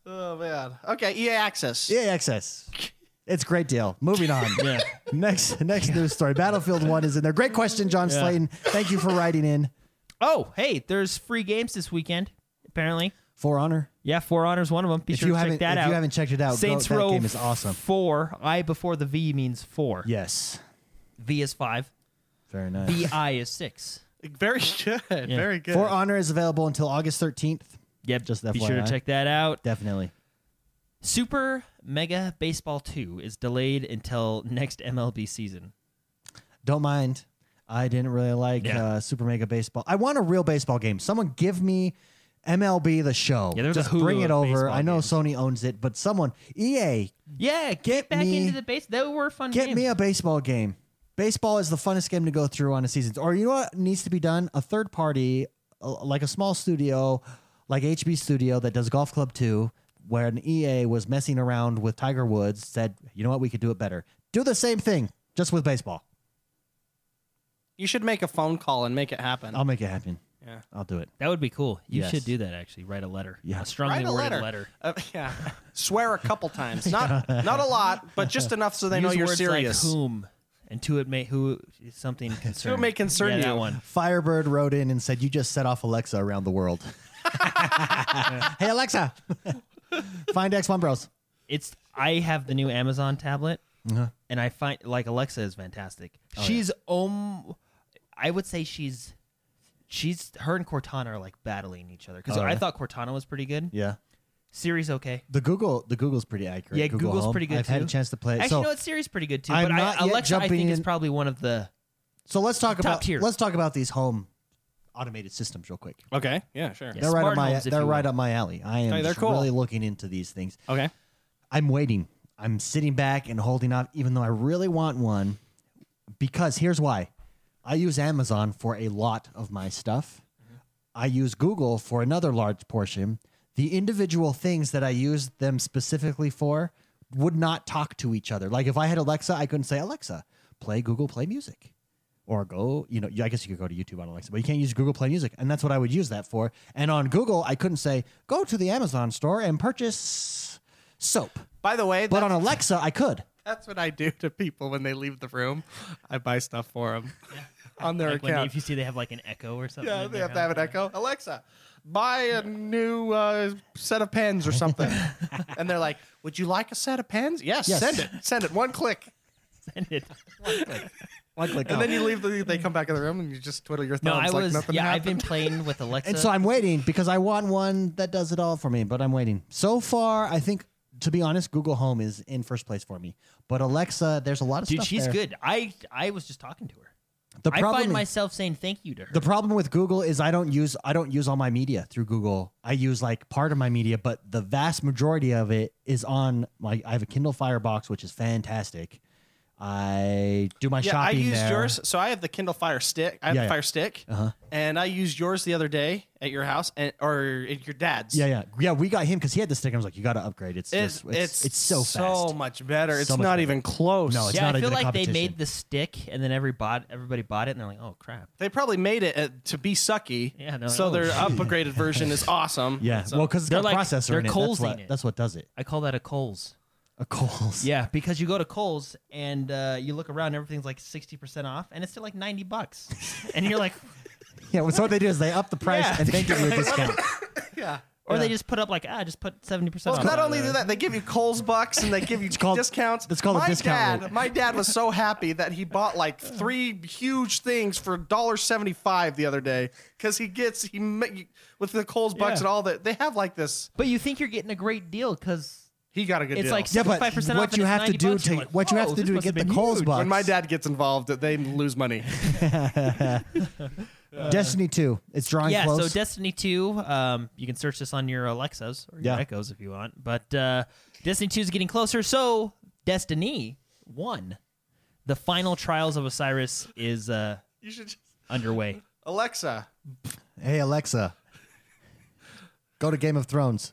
oh man. Okay, EA access. EA access. It's a great deal. Moving on. Yeah. Next next news story. Battlefield One is in there. Great question, John Slayton. Thank you for writing in. Oh, hey, there's free games this weekend. Apparently, For Honor. yeah, Four Honor's one of them. Be if sure you to haven't check that if out. you haven't checked it out, Saints go, that Row game is awesome. Four. I before the V means four. Yes, V is five. very nice. The I is six. Very good. Very good. For Honor is available until August thirteenth. Yep. Just be sure to FYI. check that out. Definitely. Super Mega Baseball 2 is delayed until next MLB season. Don't mind. I didn't really like Yeah. uh, Super Mega Baseball. I want a real baseball game. Someone give me MLB the Show. Yeah, there's a Just Hulu bring it of over. baseball I know games. Sony owns it, but someone E EA Yeah, get, Get back me- into the base. They were fun get games. me a baseball game. baseball is the funnest game to go through on a season. Or you know what needs to be done? A third party, uh, like a small studio, like HB Studio that does Golf Club 2, where an EA was messing around with Tiger Woods, said, you know what, we could do it better. Do the same thing, just with baseball. You should make a phone call and make it happen. I'll make it happen. Yeah. I'll do it. That would be cool. You Yes. should do that actually. Write a letter. Yeah. A strongly Write a letter. worded letter. Uh, yeah, swear a couple times. Not not a lot, but just enough so they know Use you're words serious. Like whom and to it may who something concerned. may concern yeah, you. That one. Firebird wrote in and said, You just set off Alexa around the world. hey, Alexa, find X1 Bros. It's I have the new Amazon tablet, and I find like Alexa is fantastic. she's um, I would say she's she's her and Cortana are like battling each other because Oh, I really? thought Cortana was pretty good. Yeah. Siri's okay. The Google, the Google's pretty accurate. Yeah, Google Google's Home. pretty good I've had a too. chance to play. it. Actually, so, no, it's Siri's pretty good too. I'm but not I, yet Alexa, I jumping think is in- probably one of the so let's talk top about tier. let's talk about these home automated systems real quick. Okay. Yeah. Sure. Yeah. They're right smart up my homes, if they're you right will. up my alley. I am Hey, they're just cool. really looking into these things. Okay. I'm waiting. I'm sitting back and holding off, even though I really want one. Because here's why I use Amazon for a lot of my stuff, I use Google for another large portion. The individual things that I use them specifically for would not talk to each other. Like if I had Alexa, I couldn't say, Alexa, play Google Play Music. Or go, you know, I guess you could go to YouTube on Alexa, but you can't use Google Play Music. And that's what I would use that for. And on Google, I couldn't say, go to the Amazon store and purchase soap. By the way, But that- on Alexa, I could. that's what I do to people when they leave the room. I buy stuff for them on their like when account. if you see they have like an echo or something. yeah, in they their have to have house. an echo. Alexa, buy a new uh, set of pens or something. and they're like, "Would you like a set of pens? Yes, Yes. Send it. Send it. One click." Send it. Like, oh. And then you leave. The, they come back in the room and you just twiddle your No, thumbs I like was. nothing yeah, happened. I've been playing with Alexa. and so I'm waiting because I want one that does it all for me, but I'm waiting. So far, I think, to be honest, Google Home is in first place for me. But Alexa, there's a lot of Dude, stuff. she's there. good. I I was just talking to her. The I problem find is- myself saying thank you to her. The problem with Google is I don't use I don't use all my media through Google. I use like part of my media, but the vast majority of it is on like I have a Kindle Firebox, which is fantastic. I do my Yeah, I shopping used there. yours. So I have the Kindle Fire Stick. I have Yeah, Uh-huh. the yeah. Fire Stick, and I used yours the other day at your house and or at your dad's. Yeah, yeah, yeah. We got him because he had the stick. I was like, you got to upgrade. It's It's just it's, it's, so fast. so much better. It's So much not better. even close. No, it's yeah, not I even feel a like they competition. made the stick, and then every bought everybody bought it, and they're like, "Oh crap!" they probably made it uh, to be sucky. Yeah, they're like, so oh, their shit. upgraded version is awesome. Yeah, So- well, because it's got They're a like- processor they're in it. That's Coles-ing what, it. that's what does it. I call that a Kohl's. A Coles. Yeah, because you go to Kohl's and uh, you look around, everything's like sixty percent off, and it's still like ninety bucks, and you're like, yeah. well, So what they do is they up the price Yeah. and they give you a discount. yeah. or they just put up like, ah, just put seventy percent. Well, off. not only do that, they give you Kohl's bucks and they give you called- discounts. it's called a my discount Dad, rate. my dad was so happy that he bought like three huge things for $1.75 the other day because he gets he ma- with the Kohl's bucks Yeah. and all that. They have like this. but you think you're getting a great deal because He got a good It's deal. like Yeah, but 75% off what and you it's have to 90 do bucks, to you're like, what you have "Whoa, to this do to must get have the been Coles huge." box. when my dad gets involved, they lose money. Destiny Two, it's drawing yeah, close. so Destiny 2, um, you can search this on your Alexas or your Yeah. Echoes if you want. But uh, Destiny 2 is getting closer. So Destiny 1, the final Trials of Osiris is uh, You should just, underway. Alexa. hey Alexa, go to Game of Thrones.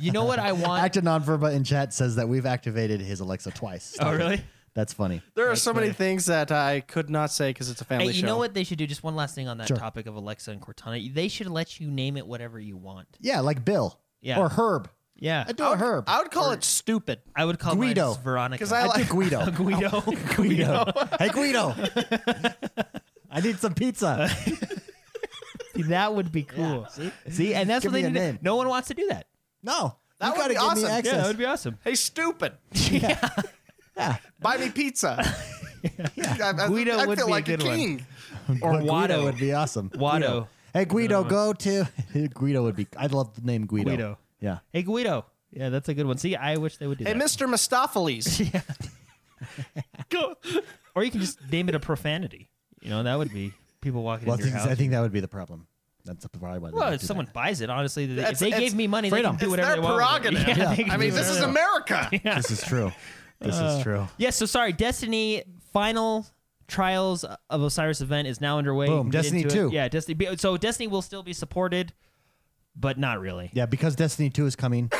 You know what I want? Acta Nonverba in chat says that we've activated his Alexa twice. oh, Stop it. really? That's funny. There are so many things that I could not say because it's a family Hey, you show. know what they should do? Just one last thing on that Sure. topic of Alexa and Cortana. They should let you name it whatever you want. Yeah, like Bill. Yeah. Or Herb. Yeah. I do I a would, Herb. I would call it stupid. I would call Guido. mine Veronica. 'Cause I I do Guido. Guido. Guido. hey Guido. I need some pizza. See, that would be cool. see? and that's Give what me they a need. to- name. No one wants to do that. No. That you would gotta be give awesome. me Yeah, access. Yeah, that would be awesome. Hey, stupid. yeah. Yeah. Buy me pizza. I, I- Guido I would feel be a like good a one. king. or But Guido Watto. would be awesome. Watto. Guido. Hey Guido, go to Guido would be. I'd love the name Guido. Uh-huh. Guido. Yeah. Hey Guido. Yeah, that's a good one. See, I wish they would do Hey, that. Mr. Mistopheles. Go. Or you can just name it a profanity. You know, that would be people walking Well, I into think, your house. I think that would be the problem. That's probably why. they well, don't if do someone buys it, honestly, they- That's- if they it's gave me money, freedom. they can do It's whatever their they want. with it. prerogative. Yeah, they can I do mean, this whatever is they want. America. Uh, that. This is true. This is true. Yeah, so sorry, Destiny final Trials of Osiris event is now underway. Boom, You can get Destiny into it. 2. Yeah, Destiny. So Destiny will still be supported, but not really. Yeah, because Destiny 2 is coming.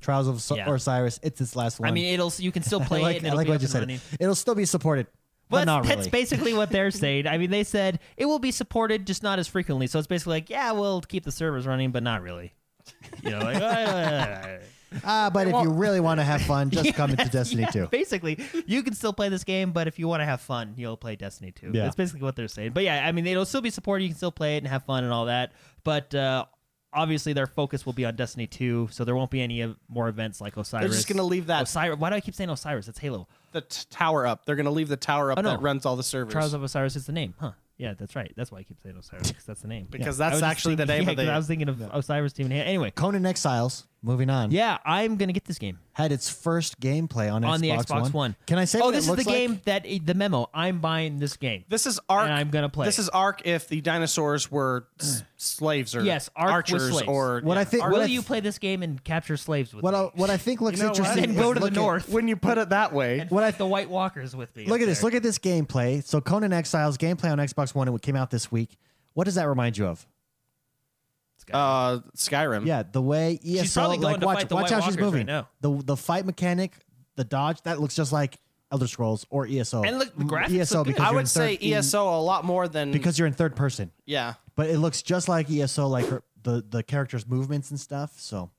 Trials of Yeah. Osiris. it's its last one. I mean, it'll you can still I play like, it. And I it'll like be what up you and said. running. It'll still be supported, Well, but not that's, really. that's basically what they're saying. I mean, they said it will be supported, just not as frequently. So it's basically like, yeah, we'll keep the servers running, but not really. You know, like, Ah, but if you won't- really want to have fun, just come into Destiny yeah, 2. Basically, you can still play this game, but if you want to have fun, you'll play Destiny 2. Yeah. That's basically what they're saying. But yeah, I mean, it'll still be supported. You can still play it and have fun and all that. But uh, obviously, their focus will be on Destiny 2, so there won't be any of- more events like Osiris. They're just gonna leave that Osiris. Why do I keep saying Osiris? It's Halo. the t- tower up. They're gonna leave the tower up Oh, no. that runs all the servers. Trials of Osiris is the name, huh? Yeah, that's right. That's why I keep saying Osiris. 'cause that's the name. Because Yeah. I that's was just actually the name thinking- yeah, of the- 'cause I was thinking of Osiris Team. Name. Anyway, Conan Exiles, moving on, yeah, I'm gonna get this game had its first gameplay on, on the Xbox One. Can I say Oh, what it this is the looks like? game that the memo. I'm buying this game. this is Ark. And I'm gonna play This it. Mm. is Ark if the dinosaurs were s- slaves or Yes, Ark was archers slaves. or What I think- Ark- what Will I you th- play this game and capture slaves with What me? I, what I think looks You know what? interesting and is go to the look at- north. when you put it that way. what I the White Walkers with me. Look up at this. there. Look at this gameplay. So Conan Exiles gameplay on Xbox One. It came out this week. What does that remind you of? It's Oh, got- Uh, Skyrim. Mm-hmm. Yeah, the way ESO probably going like to watch fight the watch White how she's Walkers right moving. now. The the fight mechanic, the dodge that looks just like Elder Scrolls or ESO. And look, the Mm, graphics ESO look good. because I you're in would say E third- in- ESO a lot more than because you're in third person. yeah. But it looks just like ESO, like her, the the character's movements and stuff. So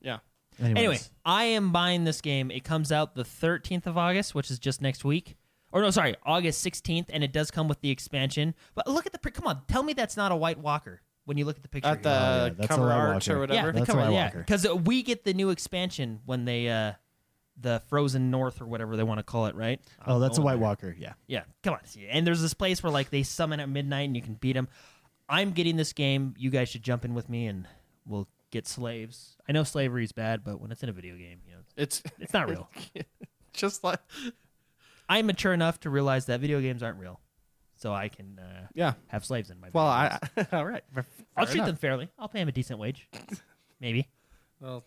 Yeah. anyways. Anyway, I am buying this game. It comes out the 13th of August, which is just next week. Or no, sorry, August 16th, and it does come with the expansion. But look at the pri- come on, tell me that's not a White Walker when you look at the picture. At here. yeah, the that's a cover White art Walker. or whatever. yeah, the That's a cover, White yeah, Walker. because we get the new expansion when they uh the Frozen North or whatever they want to call it, right? oh, that's a Going White there. Walker. Yeah. Yeah, come on. And there's this place where like they summon at midnight and you can beat them. I'm getting this game. You guys should jump in with me and we'll get slaves. I know slavery's bad, but when it's in a video game, you know, It's it's not real. just like I'm mature enough to realize that video games aren't real, so I can uh, yeah. have slaves in my. Well, video I games. all right. I'll treat them fairly. I'll pay them a decent wage, maybe Well,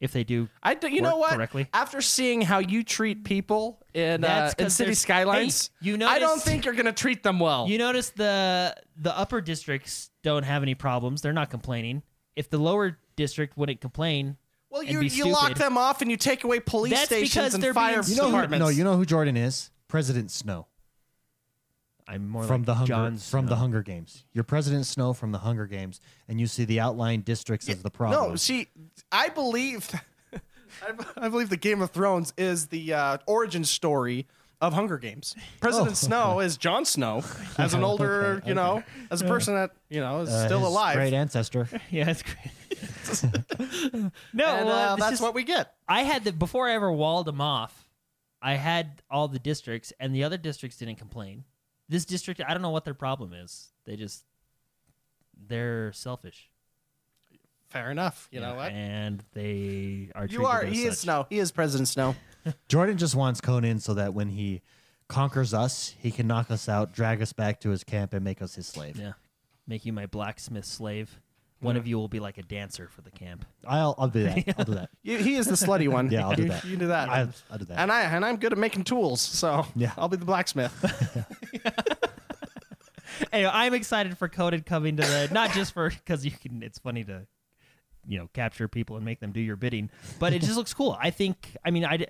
if they do. I do, you Work know what? correctly. After seeing how you treat people in, uh, That's 'cause in city they're- skylines, Hey, you I don't noticed- think you're gonna treat them well. You notice the the upper districts don't have any problems. They're not complaining. If the lower district wouldn't complain, well, and you be you lock stupid- them off and you take away police That's because stations and they're fire being stupid. You know who, departments. no, you know who Jordan is? President Snow I'm more from like the Hunger John from the Snow. Hunger Games. You're President Snow from the Hunger Games, and you see the outlying districts as the problem. No, see, I believe, I, b- I believe the Game of Thrones is the uh, origin story of Hunger Games. Oh. President Snow is Jon Snow, as an older, you know, as a person that you know is Uh, still his alive. Great ancestor. Yeah, that's great. no, And well, uh, it's that's just- what we get. I had the before I ever walled them off. I had all the districts, and the other districts didn't complain. This district, I don't know what their problem is. They just they're selfish. Fair enough. You Yeah, know what? And they are. You treated are. as He is such. Snow. He is President Snow. Jordan just wants Conan so that when he conquers us, he can knock us out, drag us back to his camp, and make us his slave. Yeah, make you my blacksmith slave. One of you will be like a dancer for the camp. I'll I'll do that. I'll do that. You, he is the slutty one. Yeah, I'll do that. You, you do that. I, I'll do that. and I and I'm good at making tools, so Yeah. I'll be the blacksmith. anyway, I'm excited for Coded coming to the not just for because you can. It's funny to you know capture people and make them do your bidding, but it just looks cool. I think. I mean, I.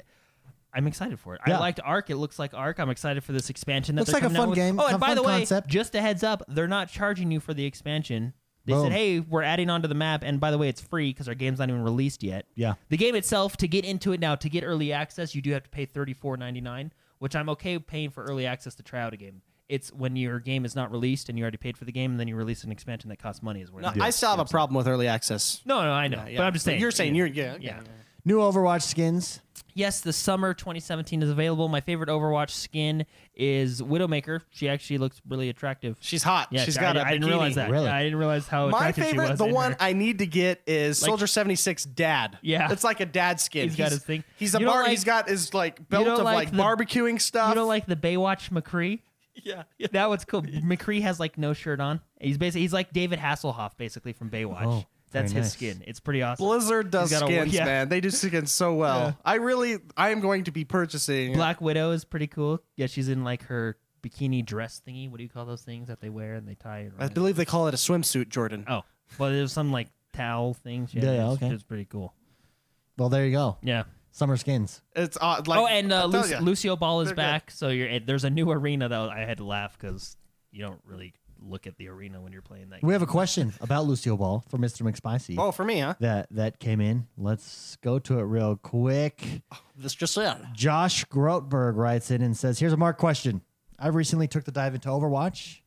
am excited for it. Yeah. I liked Ark. It looks like Ark. I'm excited for this expansion. That Looks they're like a coming out fun with. game, Oh, a and by fun the way, concept. just a heads up, they're not charging you for the expansion. They Boom. said, "Hey, we're adding onto the map, and by the way, it's free because our game's not even released yet." Yeah. The game itself, to get into it now, to get early access, you do have to pay thirty four ninety nine, which I'm okay with paying for early access to try out a game. It's when your game is not released and you already paid for the game, and then you release an expansion that costs money is where. No, it- I still have a problem with early access. no, no, I know, Yeah, but I'm just saying. You're saying yeah. you're yeah, okay. Yeah. New Overwatch skins. Yes, the summer 2017 is available. My favorite Overwatch skin is Widowmaker. She actually looks really attractive. She's hot. Yeah, She's I- got a I, didn't bikini. realize that. Really? I didn't realize how My attractive she favorite, was the in one her- I need to get is Soldier seventy six Dad. Yeah. it's like a dad skin. He's got his thing. He's a You don't bar. like- he's got his like belt don't of like, like the- barbecuing stuff. you don't like the Baywatch McCree? yeah. That one's cool. McCree has like no shirt on. He's basically he's like David Hasselhoff, basically from Baywatch. Oh. That's Very nice. his skin. It's pretty awesome. Blizzard does He's got a- skins, yeah. man. They do skins so well. I really, I am going to be purchasing. Black Widow is pretty cool. Yeah, she's in like her bikini dress thingy. What do you call those things that they wear and they tie it I around? believe they call it a swimsuit, Jordan. oh, well, there's some like towel thing. She Yeah, had. yeah, It's- okay. It's pretty cool. Well, there you go. Yeah. Summer skins. It's odd. Like, oh, and uh, I tell Luc- ya. Lucio Ball is They're good. back. So you're and there's a new arena that I had to laugh because you don't really look at the arena when you're playing that. We game. have a question about Lucio Ball for Mr. McSpicy Oh, for me, huh? that that came in. Let's go to it real quick. This just it. Josh Grotberg writes in and says, "Here's a Mark question. I recently took the dive into Overwatch,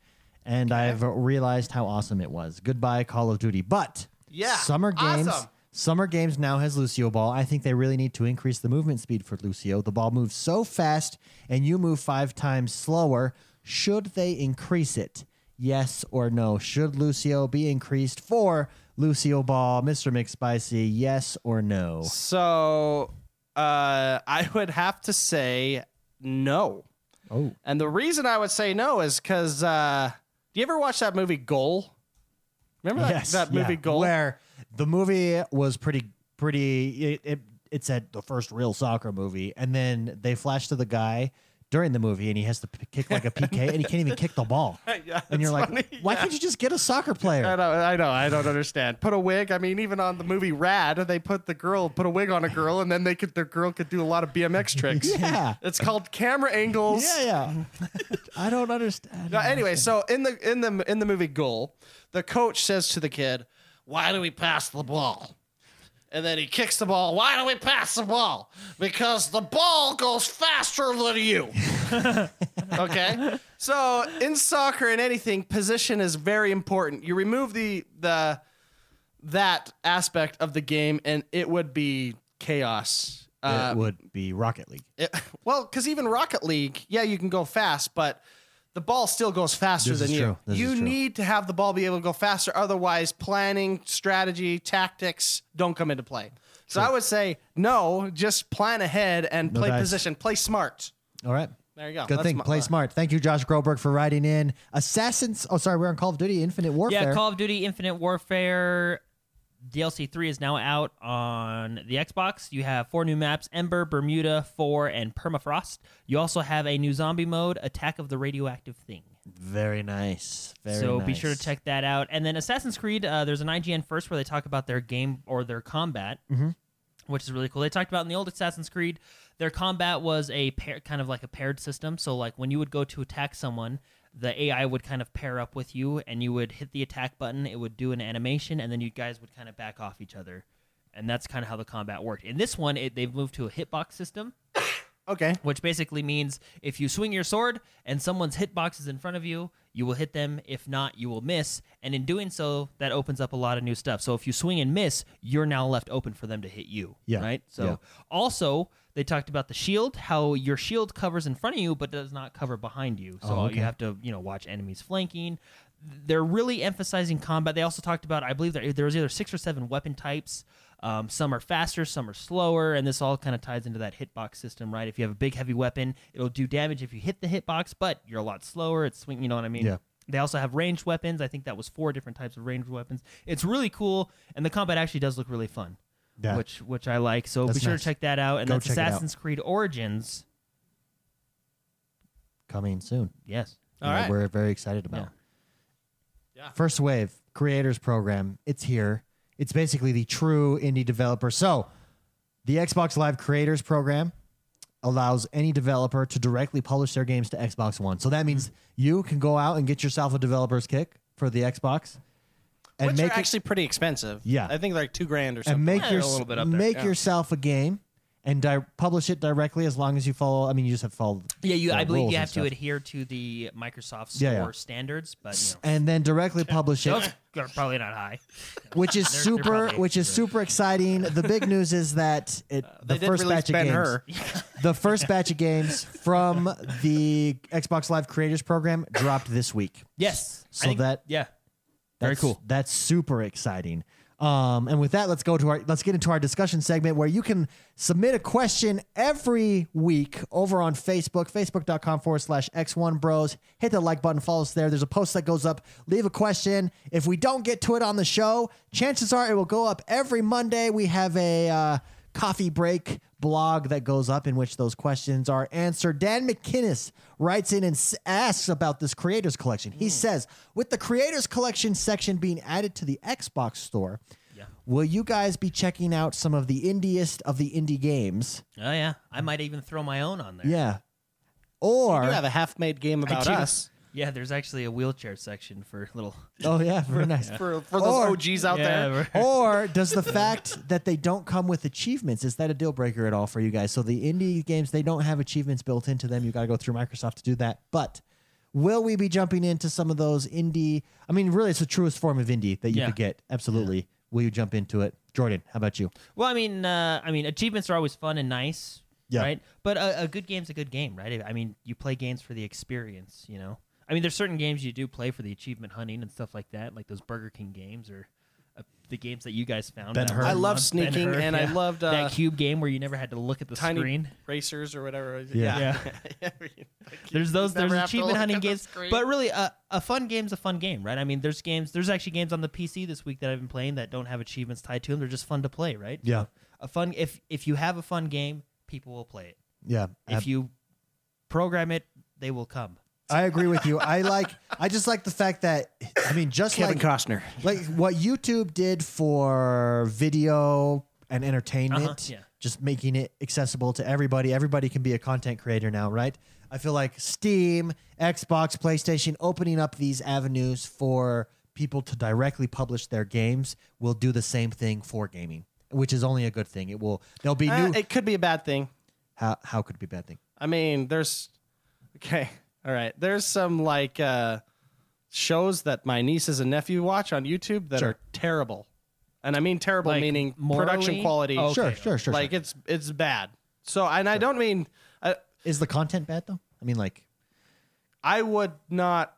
and I've realized how awesome it was. Goodbye Call of Duty, but Yeah, summer games." awesome. Summer Games now has Lucio Ball. I think they really need to increase the movement speed for Lucio. The ball moves so fast, and you move five times slower. Should they increase it? Yes or no? Should Lucio be increased for Lucio Ball, Mr. McSpicy? Yes or no? So, uh, I would have to say no. Oh, And the reason I would say no is because uh, do you ever watch that movie Goal? Remember that, yes, that yeah, movie Goal? where the movie was pretty pretty it, it it said the first real soccer movie and then they flash to the guy during the movie and he has to p- kick like a PK and he can't even kick the ball. Yeah, and you're it's like, funny, why yeah. can't you just get a soccer player? I know, I know, I don't understand. Put a wig. I mean, even on the movie Rad, they put the girl, put a wig on a girl, and then they could, the girl could do a lot of BMX tricks. Yeah. it's called camera angles. yeah, yeah. I don't understand. No, anyway, so in the in the in the movie Goal, the coach says to the kid, "Why do we pass the ball?" And then he kicks the ball. Why do we pass the ball? Because the ball goes faster than you. okay. So in soccer and anything, position is very important. You remove the the that aspect of the game, and it would be chaos. uh, it would be Rocket League. It, well, because even Rocket League, yeah, you can go fast, but the ball still goes faster This than is you. true. This you is true. need to have the ball be able to go faster. Otherwise, planning, strategy, tactics don't come into play. So I would say no. Just plan ahead and play dice. position. Play smart. All right. There you go. Good That's thing. my- Play uh, smart. Thank you, Josh Groberg, for writing in. Assassins. Oh, sorry, we're on Call of Duty Infinite Warfare. Yeah, Call of Duty Infinite Warfare DLC 3 is now out on the Xbox. You have four new maps Ember, Bermuda, 4, and Permafrost. You also have a new zombie mode, Attack of the Radioactive Thing. Very nice. Very so be sure to nice. check that out. And then Assassin's Creed, uh, there's an IGN first where they talk about their game or their combat, Mm-hmm. which is really cool. They talked about in the old Assassin's Creed, their combat was a pair, kind of like a paired system. So like when you would go to attack someone, the AI would kind of pair up with you, and you would hit the attack button. It would do an animation, and then you guys would kind of back off each other. And that's kind of how the combat worked. In this one, it, they've moved to a hitbox system, Okay. which basically means if you swing your sword and someone's hitbox is in front of you, you will hit them. If not, you will miss. And in doing so, that opens up a lot of new stuff. So if you swing and miss, you're now left open for them to hit you. Yeah. Right? So Yeah. also, they talked about the shield, how your shield covers in front of you but does not cover behind you. So Oh, okay. you have to, you know, watch enemies flanking. They're really emphasizing combat. They also talked about, I believe there, there was either six or seven weapon types. Um, some are faster, some are slower, and this all kind of ties into that hitbox system, right? If you have a big heavy weapon, it'll do damage if you hit the hitbox, but you're a lot slower. It's swing, you know what I mean? Yeah. They also have ranged weapons. I think that was four different types of ranged weapons. It's really cool, and the combat actually does look really fun, Yeah. which which I like. So That's be sure nice. to check that out. And Go that's check it out. Assassin's Creed Origins. Coming soon. Yes. All All right. We're very excited about. Yeah. Yeah. First Wave Creators Program. It's here. It's basically the true indie developer. So, the Xbox Live Creators Program allows any developer to directly publish their games to Xbox One. So that means you can go out and get yourself a developer's kick for the Xbox and Which make are it- actually pretty expensive. Yeah. I think they're like two grand or something. and make Yeah, your a little bit up there, make yeah. yourself a game and di- publish it directly as long as you follow I mean you just have followed Yeah, you. the I believe rules you and have to stuff. adhere to the Microsoft Store Yeah, yeah. standards, but you and then directly publish know, it those are probably not high. which is They're- they're super probably- Uh, which is super exciting. The big news is that it, They the did first release batch of Ben games, Hur. the first batch of games from the Xbox Live Creators Program dropped this week. Yes. I So think- that- Yeah. That's- That's super exciting. Um, and with that, let's go to our let's get into our discussion segment where you can submit a question every week over on Facebook, facebook.com forward slash x1 bros. Hit the like button, follow us there. There's a post that goes up. Leave a question. If we don't get to it on the show, chances are it will go up every Monday. We have a uh, coffee break blog that goes up in which those questions are answered. Dan McKinnis writes in and s- asks about this creators collection. Hmm. He says, with the creators collection section being added to the Xbox store, will you guys be checking out some of the indiest of the indie games? Oh yeah, I might even throw my own on there. Yeah. Or You have a half-made game about do. us Yeah, there's actually a wheelchair section for little. oh yeah, very nice. for, for those Or- OGs out there. yeah, or does the fact that they don't come with achievements is that a deal breaker at all for you guys? So the indie games they don't have achievements built into them. You got to go through Microsoft to do that. But will we be jumping into some of those indie? I mean, really, it's the truest form of indie that you Yeah. could get. Absolutely, will you jump into it, Jordan? How about you? Well, I mean, uh, I mean, achievements are always fun and nice, Yeah. right? But a, a good game's a good game, right? I mean, you play games for the experience, you know. I mean, there's certain games you do play for the achievement hunting and stuff like that, like those Burger King games or uh, the games that you guys found. that Ben-Hur. were I love on sneaking, Ben-Hur, and I loved, uh, that cube game where you never had to look at the Tiny screen. racers or whatever. Yeah. There's those. There's never have to achievement look hunting at the games, screen. but really, uh, a fun game's a fun game, right? I mean, there's games. There's actually games on the PC this week that I've been playing that don't have achievements tied to them. They're just fun to play, right? Yeah. A fun. If if you have a fun game, people will play it. Yeah, If you program it, they will come. I agree with you. I like. I just like the fact that I mean, just like Costner. like what YouTube did for video and entertainment, yeah. just making it accessible to everybody. Everybody can be a content creator now, right? I feel like Steam, Xbox, PlayStation opening up these avenues for people to directly publish their games will do the same thing for gaming, which is only a good thing. It will there'll be new Uh, it could be a bad thing. how how could it be a bad thing? I mean, there's okay, all right. There's some like uh, shows that my nieces and nephew watch on YouTube that Sure. are terrible, and I mean terrible Like, meaning morally? production quality. Oh, Sure, Okay. sure, sure. like sure. it's it's bad. So, and I don't mean I, Is the content bad though? I mean like I would not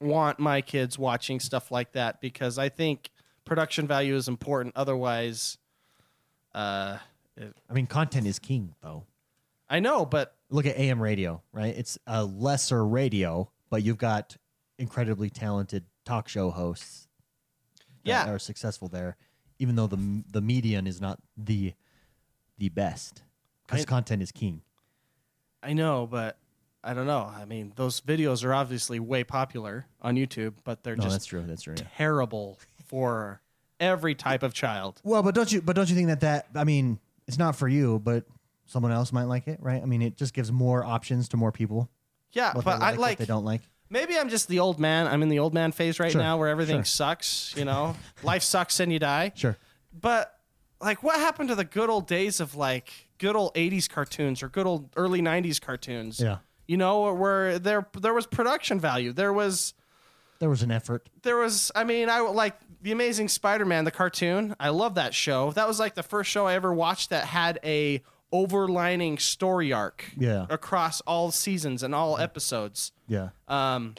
want my kids watching stuff like that because I think production value is important. Otherwise, uh, it- I mean content is king though. I know, but look at AM radio, right? It's a lesser radio, but you've got incredibly talented talk show hosts that Yeah. are successful there, even though the the median is not the the best because I- content is king. I know, but I don't know. I mean, those videos are obviously way popular on YouTube, but they're No, just that's true. That's true. yeah. terrible for every type of child. Well, but don't you but don't you think that that I mean it's not for you, but someone else might like it, right? I mean, it just gives more options to more people. Yeah, What but they I like, what like they don't like. maybe I'm just the old man. I'm in the old man phase right Sure, now where everything sure. sucks, you know. Life sucks and you die. Sure. But like what happened to the good old days of like good old 80s cartoons or good old early 90s cartoons? Yeah. You know, where there there was production value. There was There was an effort. there was i mean i like the amazing spider-man the cartoon i love that show that was like the first show i ever watched that had a overlining story arc Yeah. across all seasons and all episodes Yeah. um,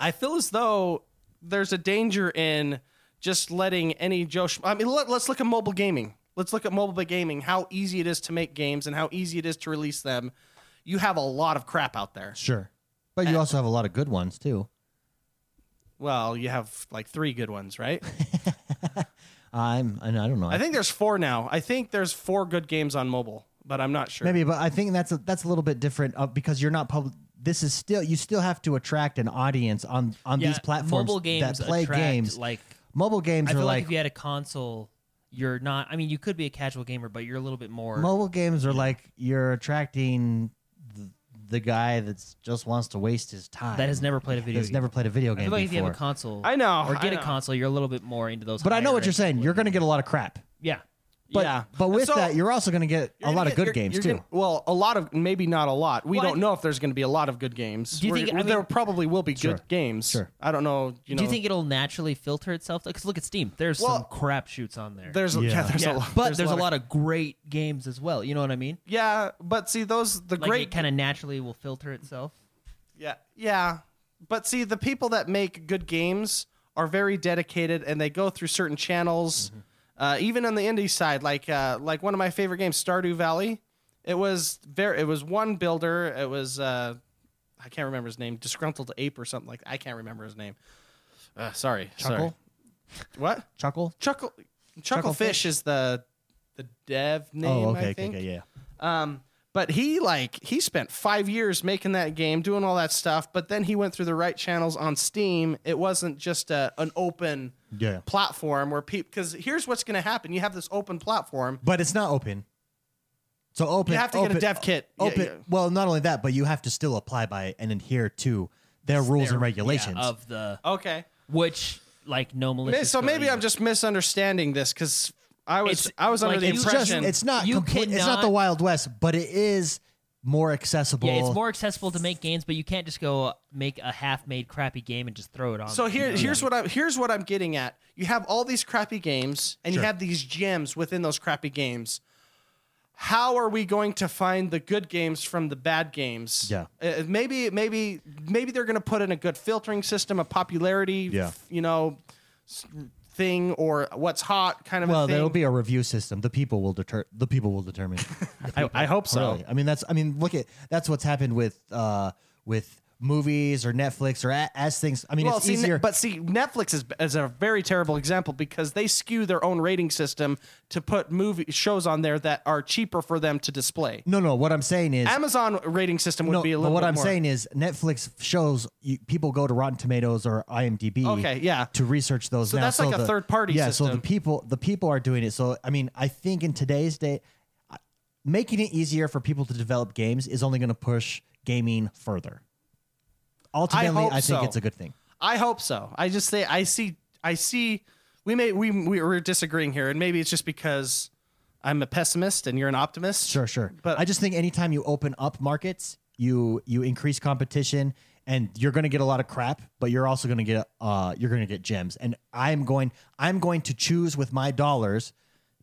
I feel as though there's a danger in just letting any Joe. Schmo- I mean, let, let's look at mobile gaming. Let's look at mobile gaming. How easy it is to make games and how easy it is to release them. You have a lot of crap out there. Sure. But uh, you also have a lot of good ones too. Well, you have like three good ones, right? I'm I don't know. I think there's four now. I think there's four good games on mobile, but I'm not sure. Maybe, but I think that's a, that's a little bit different uh, because you're not public. This is still you still have to attract an audience on on these platforms mobile games that play attract, games. Like mobile games I are feel like, like, if you had a console, you're not. I mean, you could be a casual gamer, but you're a little bit more. mobile games are like you're attracting the, the guy that just wants to waste his time that has never played a video. that's game. never played a video I game feel like if you before. have a console, I know, or I get a know. console, you're a little bit more into those. but I know what higher you're end saying. You're ones. going to get a lot of crap. yeah. but, yeah, but with So- that, you're also going to get a You're gonna lot of get- good you're- games you're too. gonna- well, a lot of maybe not a lot. We Well, I- don't know if there's going to be a lot of good games. Do you We're- think- I there mean- probably will be Sure, good games? sure. I don't know. You know, Do you think it'll naturally filter itself? Because look at Steam. There's some Well, crap shoots on there. there's Yeah. yeah, there's Yeah, a lot, but there's, a lot of, great games as well. You know what I mean? yeah, but see those the Like great it kind of naturally will filter itself. yeah yeah, but see Mm-hmm. the people that make good games are very dedicated and they go through certain channels Uh, even on the indie side, like uh, like one of my favorite games, Stardew Valley. It was very. It was one builder. It was uh, I can't remember his name, disgruntled ape or something like. I can't remember his name. Uh, sorry, Chuckle? Sorry. What? Chuckle. Chuckle Chucklefish is the the dev name. Oh, okay, I okay, think. okay, yeah. Um, but he like he spent five years making that game, doing all that stuff. But then he went through the right channels on Steam. It wasn't just a, an open Yeah. platform where people. Because here's what's going to happen: you have this open platform. But it's not open. So open. You have to open, get a dev kit. Yeah, Open. yeah. Well, not only that, but you have to still apply by and adhere to their rules and regulations. Yeah, of the Okay. which like no May- malicious. So code maybe either. I'm just misunderstanding this because I was It's I was under like the you- it's just. impression It's not. You complete, it's not cannot- the Wild West, but it is more accessible. yeah, it's more accessible to make games, but you can't just go uh, make a half-made crappy game and just throw it on. So the here, computer. here's what I'm here's what I'm getting at. You have all these crappy games, and you have these gems within those crappy games. How are we going to find the good games from the bad games? Yeah. Uh, maybe maybe maybe they're going to put in a good filtering system, a popularity, Yeah. you know, s- thing or what's hot kind of. Well, a thing. there'll be a review system. The people will deter. The people will determine. I, I hope so. Really. I mean, that's. I mean, look at that's what's happened with uh with movies or Netflix or a, as things. I mean, Well, it's see, Ne- easier. but see, Netflix is, is a very terrible example because they skew their own rating system to put movie shows on there that are cheaper for them to display. no, no. What I'm saying is, Amazon rating system would no. be a But little. what bit I'm more. saying is, Netflix shows you, people go to Rotten Tomatoes or IMDb. Okay, yeah. To research those. So now. that's like a the- third-party Yeah. So the system. people, the people are doing it. So I mean, I think in today's day, I- making it easier for people to develop games is only going to push gaming further. Ultimately, I, hope think so. it's a good thing. I hope so. I just say I see. I see. We may we we we're disagreeing here, and maybe it's just because I'm a pessimist and you're an optimist. Sure, sure. But But- I just think anytime you open up markets, you you increase competition, and you're going to get a lot of crap, but you're also going to get uh you're going to get gems. And I'm going I'm going to choose with my dollars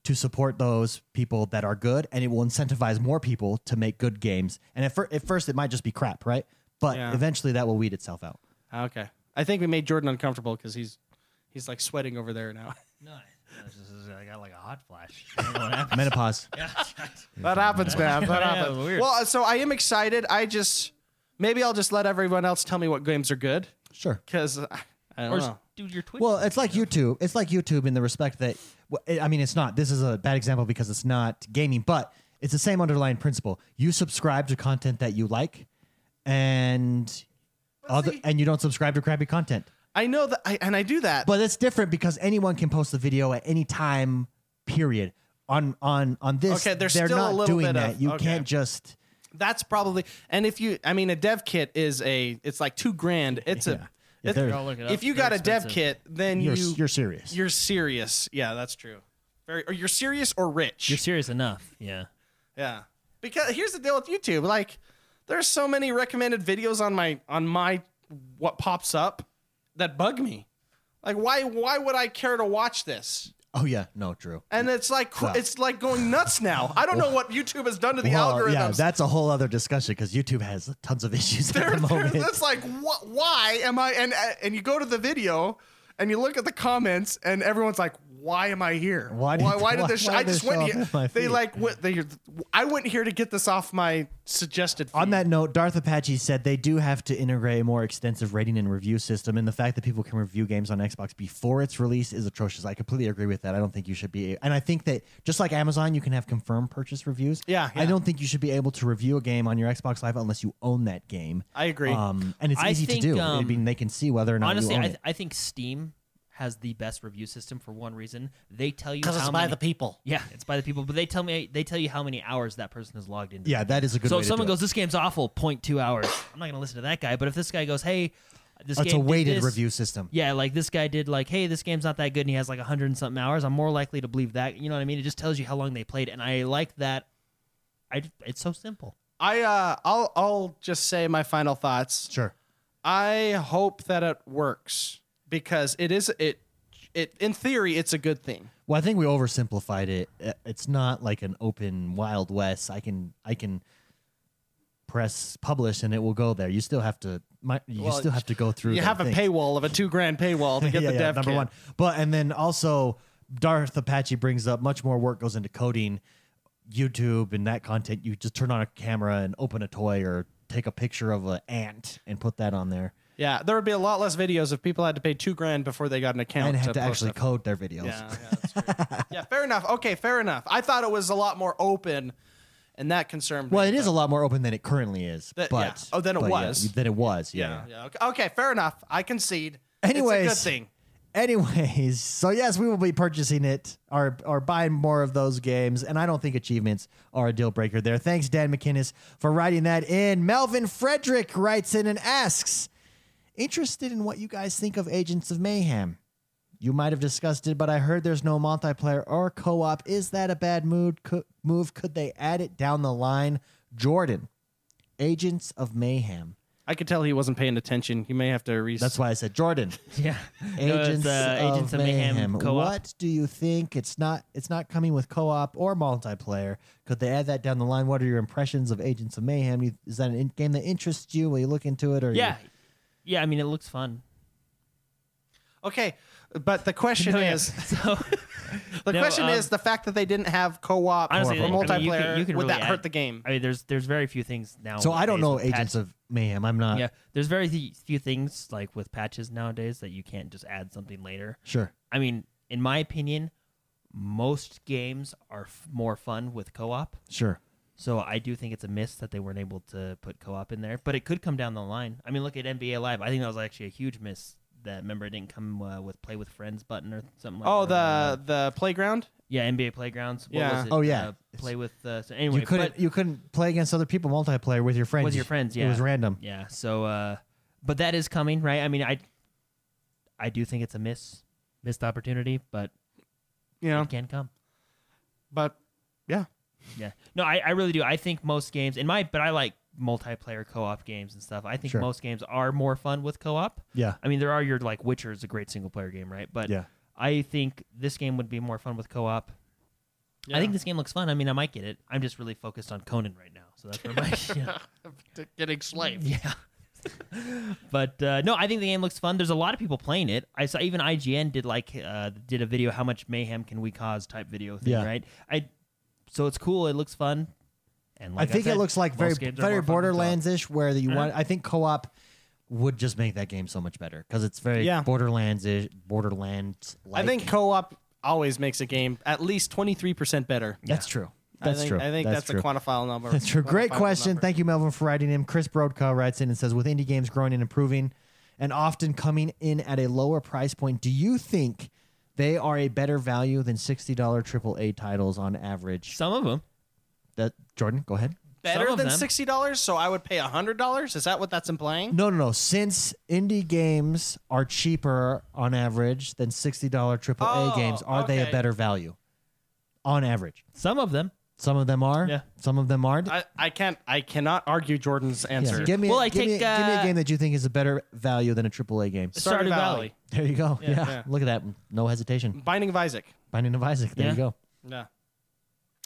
to support those people that are good, and it will incentivize more people to make good games. And at, fir- at first, it might just be crap, right? But Yeah. eventually, that will weed itself out. Ah, Okay. I think we made Jordan uncomfortable because he's he's like sweating over there now. No, it's just- it's- I got like a hot flash. I don't know what happened. Menopause. That happens, man. That Yeah, happens. weird. Well, uh, so I am excited. I just maybe I'll just let everyone else tell me what games are good Sure. because I, I don't Or know. just do your Twitch. Well, it's like YouTube. It's like YouTube in the respect that, well, it- I mean, it's not. This is a bad example because it's not gaming, but it's the same underlying principle. You subscribe to content that you like, and other, see- and you don't subscribe to crappy content. I know that, I, and I do that. But it's different because anyone can post a video at any time. Period. On on on this, Okay, there's they're still a not little doing bit that. of- you okay. can't just. That's probably and if you I mean a dev kit is a it's like two grand. It's Yeah. a Yeah, it's- they're- I'll look it up. if you They're got a dev expensive. kit, then You're you you're serious. you're serious. Yeah, that's true. Very or you're serious or rich. you're serious enough. Yeah. yeah. Because here's the deal with YouTube. Like there's so many recommended videos on my on my what pops up that bug me. Like why why would I care to watch this? oh yeah, no, true. And it's like cr- Well. it's like going nuts now. I don't know what YouTube has done to the Well, algorithms. yeah, that's a whole other discussion because YouTube has tons of issues at there, the there, moment. that's like wh- why am i and uh, and you go to the video and you look at the comments and everyone's like why am i here Why did- why, why did this why i did just this went show up here on my they feed? like what they i went here to get this off my suggested feed. On that note, Darth Apache said they do have to integrate a more extensive rating and review system, and the fact that people can review games on Xbox before its release is atrocious. I completely agree with that. I don't think you should be, and I think that just like Amazon, you can have confirmed purchase reviews. Yeah, I yeah. don't think you should be able to review a game on your Xbox Live unless you own that game. I agree. um, and it's I easy think, to do. I um, mean, they can see whether or not Honestly, you own I, it. th- I think Steam has the best review system for one reason. They tell you Because it's how by many- the people. Yeah, it's by the people, but they tell me they tell you how many hours that person has logged into. yeah, that is a good. So way if to someone do it. goes, "This game's awful," point two hours. I'm not gonna listen to that guy. But if this guy goes, "Hey, this that's a game did weighted this," review system. Yeah, like this guy did, like, "Hey, this game's not that good," and he has like 100 and something hours. I'm more likely to believe that. You know what I mean? It just tells you how long they played, and I like that. I it's so simple. i uh i'll i'll just say my final thoughts Sure. I hope that it works because it is it it in theory it's a good thing. Well, I think we oversimplified it. I- It's not like an open Wild West. I can I can press publish and it will go there. You still have to my, you Well, still have to go through. You that have a thing. paywall of a two grand paywall to get yeah, the yeah, dev number kit. one. But and then also Darth Apache brings up, much more work goes into coding YouTube and that content. You just turn on a camera and open a toy or take a picture of an ant and put that on there. Yeah, there would be a lot less videos if people had to pay two grand before they got an account and have to post actually stuff. code their videos. Yeah, yeah, that's true. yeah, fair enough. Okay, fair enough. I thought it was a lot more open, and that concerned me. Well, it is but- a lot more open than it currently is. That- but yeah. Oh, then it but yeah, was. than it was. Yeah. Yeah, yeah. Okay, okay, fair enough. I concede. Anyways, it's a good thing. Anyways, so yes, we will be purchasing it or or buying more of those games, and I don't think achievements are a deal breaker there. Thanks, Dan McInnes, for writing that in. Melvin Frederick writes in and asks, interested in what you guys think of Agents of Mayhem. You might have discussed it, but I heard there's no multiplayer or co-op. Is that a bad mood co- move? Could they add it down the line? Jordan, Agents of Mayhem. I could tell he wasn't paying attention. He may have to re. That's why I said Jordan. Yeah. No, it's, Agents, uh, of, Agents of Mayhem. Mayhem co-op. What do you think? It's not. It's not coming with co-op or multiplayer. Could they add that down the line? What are your impressions of Agents of Mayhem? You- Is that an in- game that interests you? Will you look into it? Or Yeah. you- Yeah, I mean, it looks fun. Okay, but the question No, yeah. is, So, the No, question um, is the fact that they didn't have co-op honestly, or I mean, you multiplayer. can- you can would really that hurt add- the game? I mean, there's there's very few things now. so I don't know nowadays with Agents of Mayhem. I'm not patch- Yeah, there's very th- few things like with patches nowadays that you can't just add something later. sure. I mean, in my opinion, most games are f- more fun with co-op. Sure. So I do think it's a miss that they weren't able to put co-op in there, but it could come down the line. I mean, look at NBA Live. I think that was actually a huge miss. That remember it didn't come uh, with play with friends button or something like Oh, that. Uh, the the playground. yeah NBA playgrounds. What Yeah. Was it? Oh, yeah. Uh, play with uh, so anyway. you couldn't. but- you couldn't play against other people multiplayer with your friends. with your friends. Yeah, It was random. Yeah. So, uh, but that is coming, right? I mean, I, I do think it's a miss, missed opportunity, but You know, it can come. but yeah, Yeah. No, I, I really do. I think most games in my, but I like multiplayer co-op games and stuff. I think Sure. most games are more fun with co-op. Yeah. I mean, there are your like Witcher is a great single player game, right? But Yeah. I think this game would be more fun with co-op. Yeah. I think this game looks fun. I mean, I might get it. I'm just really focused on Conan right now, so that's where my yeah. getting slaved. Yeah. but uh, no, I think the game looks fun. There's a lot of people playing it. I saw even IGN did like uh, did a video how much mayhem can we cause type video thing, Yeah. right? I so it's cool. It looks fun. And like I think it said, looks like most very games are very more fun with co-op. Uh-huh. Borderlands ish, where you want. I think co op would just make that game so much better because it's very Yeah. Borderlands ish, Borderlands. I think co-op always makes a game at least twenty three percent better. that's true. I That's think- true. I think that's, true. a quantifiable number. That's true. Great Quantifiable question. number. Thank you, Melvin, for writing in. Chris Brodka writes in and says, with indie games growing and improving and often coming in at a lower price point, do you think they are a better value than $60 AAA titles on average? Some of them That Jordan, go ahead. Some better of than them. sixty dollars, so I would pay hundred dollars. Is that what that's implying? No, no, no. Since indie games are cheaper on average than $60 AAA Oh, games, are they a okay. better value on average? some of them. Some of them are. Yeah. Some of them aren't. I, I can't. I cannot argue Jordan's yeah. answer. Give me, Well, I give, me, take, give me a uh, game that you think is a better value than a AAA game. Stardew Valley. There you go. Yeah. yeah. Look at that. No hesitation. Binding of Isaac. Binding of Isaac. There Yeah. you go. Yeah.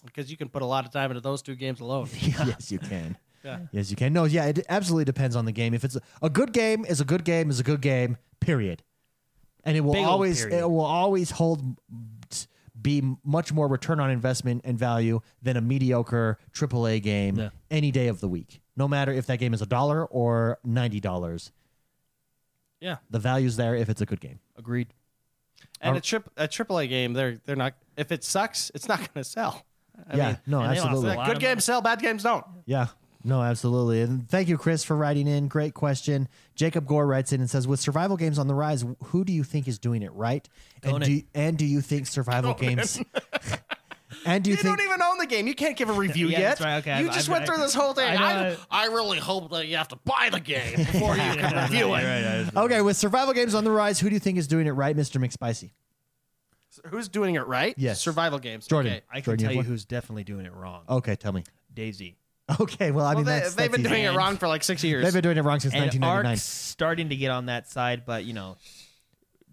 Because you can put a lot of time into those two games alone. Yes, you can. Yeah. Yes, you can. No, yeah, it absolutely depends on the game. If it's a, a good game, is a good game, is a good game. Period. And it will Big old always period. it will always hold be much more return on investment and value than a mediocre AAA game Yeah. any day of the week. No matter if that game is a dollar or ninety dollars, Yeah. the value's there if it's a good game. Agreed. And Are- a trip a AAA game, they're they're not. If it sucks, it's not going to sell. I yeah, mean, no, and they lost absolutely. a lot good of games sell, bad games don't. Yeah. No, absolutely. And thank you, Chris, for writing in. Great question. Jacob Gore writes in and says, "With survival games on the rise, who do you think is doing it right? And Conan. do, and do you think survival games? and do you, You, think don't even own the game. You can't give a review Yeah, yet. that's right, okay, you I- just I- went through this whole thing. I I, know- I really hope that you have to buy the game before you can review it. okay with survival games on the rise? Who do you think is doing it right, Mister McSpicy? Who's doing it right? Yes. Survival games. Jordan. Okay. I can Jordan, you tell have you one? Oh, who's definitely doing it wrong. Okay, tell me. Daisy. Okay, well, I Well, mean, they, that's, they've that's been easy. doing it wrong for like six years. They've been doing it wrong since And 1999. Ark's starting to get on that side, but you know,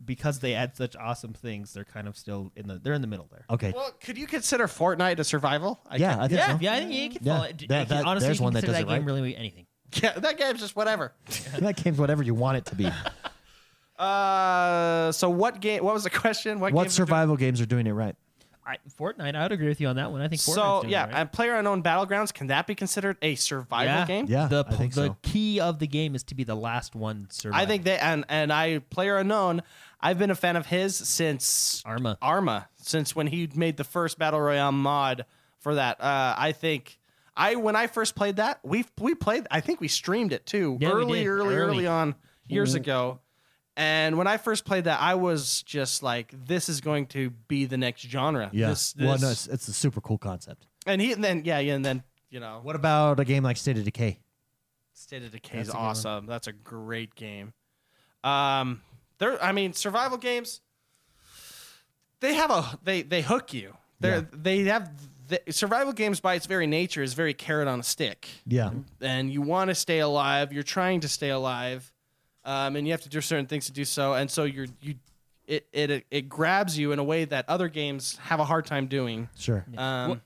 because they add such awesome things, they're kind of still in the they're in the middle there. Okay, Well, could you consider Fortnite a survival? I Oh, Yeah, can- I think yeah, so. Yeah, I think you can Yeah, fall. it- that- you can- that- honestly, there's you can one that consider does that it game right. really anything. yeah, that game's just whatever. that game's whatever you want it to be. Uh, Uh, so what game? What was the question? What, What games are doing- survival games are doing it right? I, Fortnite, I would agree with you on that one. I think Fortnite's So doing yeah, it right. and player unknown battlegrounds can that be considered a survival yeah. game? Yeah, the I think the so. key of the game is to be the last one surviving. I think they and and I player unknown. I've been a fan of his since Arma. Arma since when he made the first battle royale mod for that. Uh, I think I when I first played that we we played. I think we streamed it too Yeah, we early, did, early, early, early. on years ago. And when I first played that, I was just like, "This is going to be the next genre." Yeah. This, Well, this- no, it's, it's a super cool concept. and he and then yeah, yeah, and then you know What about a game like State of Decay? State of Decay is That's a good one. awesome. That's a great game. Um, there. I mean, survival games. They have a they they hook you. They are Yeah. they have the, survival games by its very nature is very carrot on a stick, Yeah. and you want to stay alive. You're trying to stay alive, um, and you have to do certain things to do so. And so you're you. It, it it grabs you in a way that other games have a hard time doing. Sure. Um, What-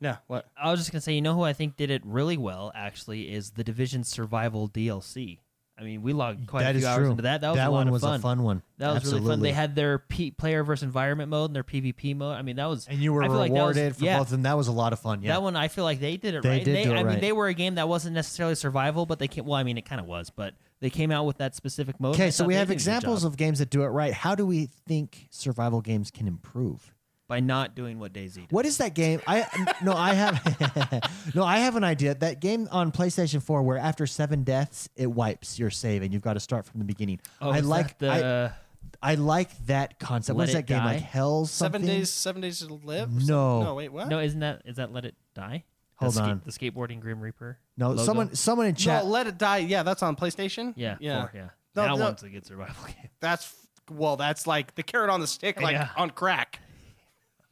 yeah, what? I was just gonna say, you know who I think did it really well actually is the Division Survival DLC. I mean, we logged quite That a is few hours true. into that. That was a lot one of was fun. a fun one. That was really fun. Absolutely. They had their P- player versus environment mode and their PvP mode. I mean, that was and you were I feel like that was- rewarded for yeah. both of them. That was a lot of fun. Yeah. That one, I feel like they did it They right. did they, do it I right. mean, they were a game that wasn't necessarily survival, but they came. Well, I mean, it kind of was, but they came out with that specific mode. Okay, so we have examples of games that do it right. How do we think survival games can improve? by not doing what Daisy. Did. What is that game? I no, I have no, I have an idea. That game on PlayStation Four, where after seven deaths, it wipes your save and you've got to start from the beginning. Oh, I is like that I, the I like that concept. Let what is that It game Die? like? Hell something? Seven days, seven days to live. No. no, wait, what? no? Isn't that is that Let It Die? The Hold ska- on. the skateboarding Grim Reaper. No, logo? someone someone in chat. No, Let It Die. Yeah, that's on PlayStation. Yeah, yeah. four, yeah. No, that no. one's a good survival game. That's well, that's like the carrot on the stick, like Yeah. on crack.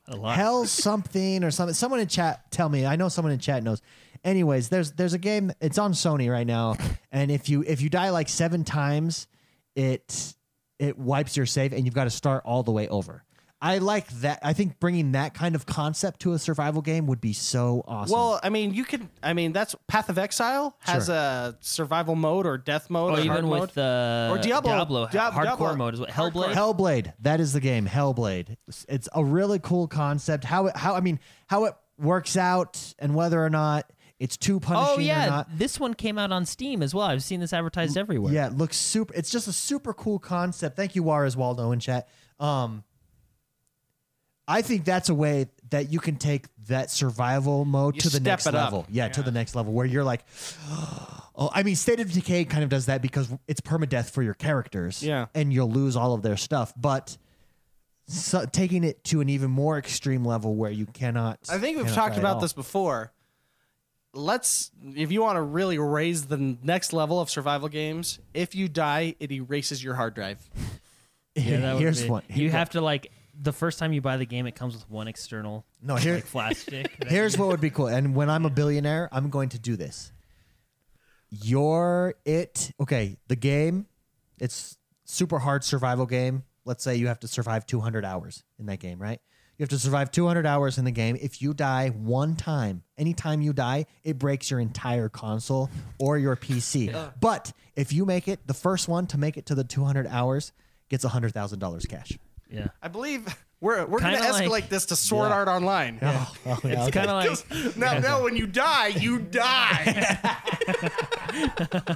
A lot. Hell something or something. Someone in chat tell me. I know someone in chat knows. Anyways, there's there's a game. It's on Sony right now, and if you if you die like seven times, it it wipes your save, and you've got to start all the way over. I like that. I think bringing that kind of concept to a survival game would be so awesome. Well, I mean, you can. I mean, that's Path of Exile has Sure. a survival mode or death mode Or or hard Oh, even mode. with uh, Or Diablo. Diablo, ha- Diab- hardcore Diablo. mode is what Hellblade. Hellblade. That is the game. Hellblade. It's- It's a really cool concept. How it how I mean how it works out and whether or not it's too punishing Oh or yeah, not. Mm, this one came out on Steam as well. I've seen this advertised everywhere. Yeah, it looks super. It's just a super cool concept. Thank you, Juarez Waldo in chat. Um, I think that's a way that you can take that survival mode You to the step next it up. level. Yeah, to the next level where you're like, oh, I mean, State of Decay kind of does that because it's permadeath for your characters. Yeah. and you'll lose all of their stuff, but. So, taking it to an even more extreme level where you cannot. I think we've cannot talked try at all. about this before. Let's, if you want to really raise the next level of survival games, if you die, it erases your hard drive. Yeah, that would Here's be- one. You have to like the first time you buy the game, it comes with one external No, here- like, flash stick. that Here's you- what would be cool. And when I'm a billionaire, I'm going to do this. Your it okay, the game, it's super hard survival game. Let's say you have to survive 200 hours in that game, right? You have to survive 200 hours in the game. If you die one time, anytime you die, it breaks your entire console or your PC. But if you make it, the first one to make it to the 200 hours gets $100,000 cash. yeah. I believe we're we're Kinda gonna like- escalate this to Sword Art Online. Oh, yeah, It's okay. kind of like 'Cause now, now when you die, you die.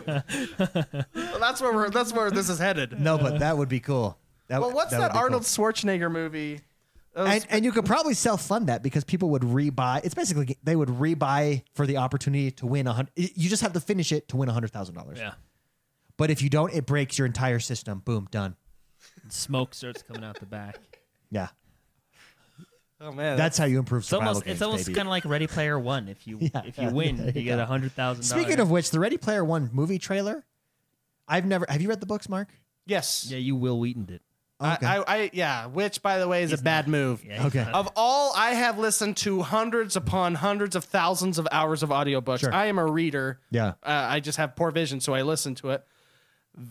Well, that's where we're, that's where this is headed. no, but that would be cool. That, Well, what's would that, be cool. Arnold Schwarzenegger movie? That was- and, and you could probably self fund that because people would rebuy. It's basically they would rebuy for the opportunity to win a hundred. You just have to finish it to win a hundred thousand dollars. yeah. But if you don't, it breaks your entire system. Boom, done. Smoke starts coming out the back. Yeah, oh man, that's how you improve It's survival almost games, it's almost baby. kind of like Ready Player One. If you Yeah, if you win, yeah, you get yeah. a hundred thousand. Speaking of which, the Ready Player One movie trailer. I've never. Have you read the books, Mark? yes. yeah, you Will Wheaton did. Okay. I, I, I, yeah. Which, by the way, is a bad move. Yeah, he's Okay. not- Of all, I have listened to hundreds upon hundreds of thousands of hours of audiobooks. Sure. I am a reader. Yeah. Uh, I just have poor vision, so I listen to it.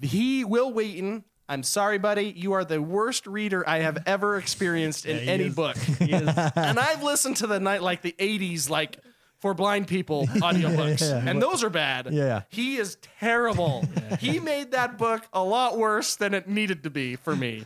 He, Will Wheaton, I'm sorry, buddy. You are the worst reader I have ever experienced in he any is. book. he is- and I've listened to the night like the 80s, like for blind people audiobooks. And those are bad. Yeah. He is terrible. He made that book a lot worse than it needed to be for me.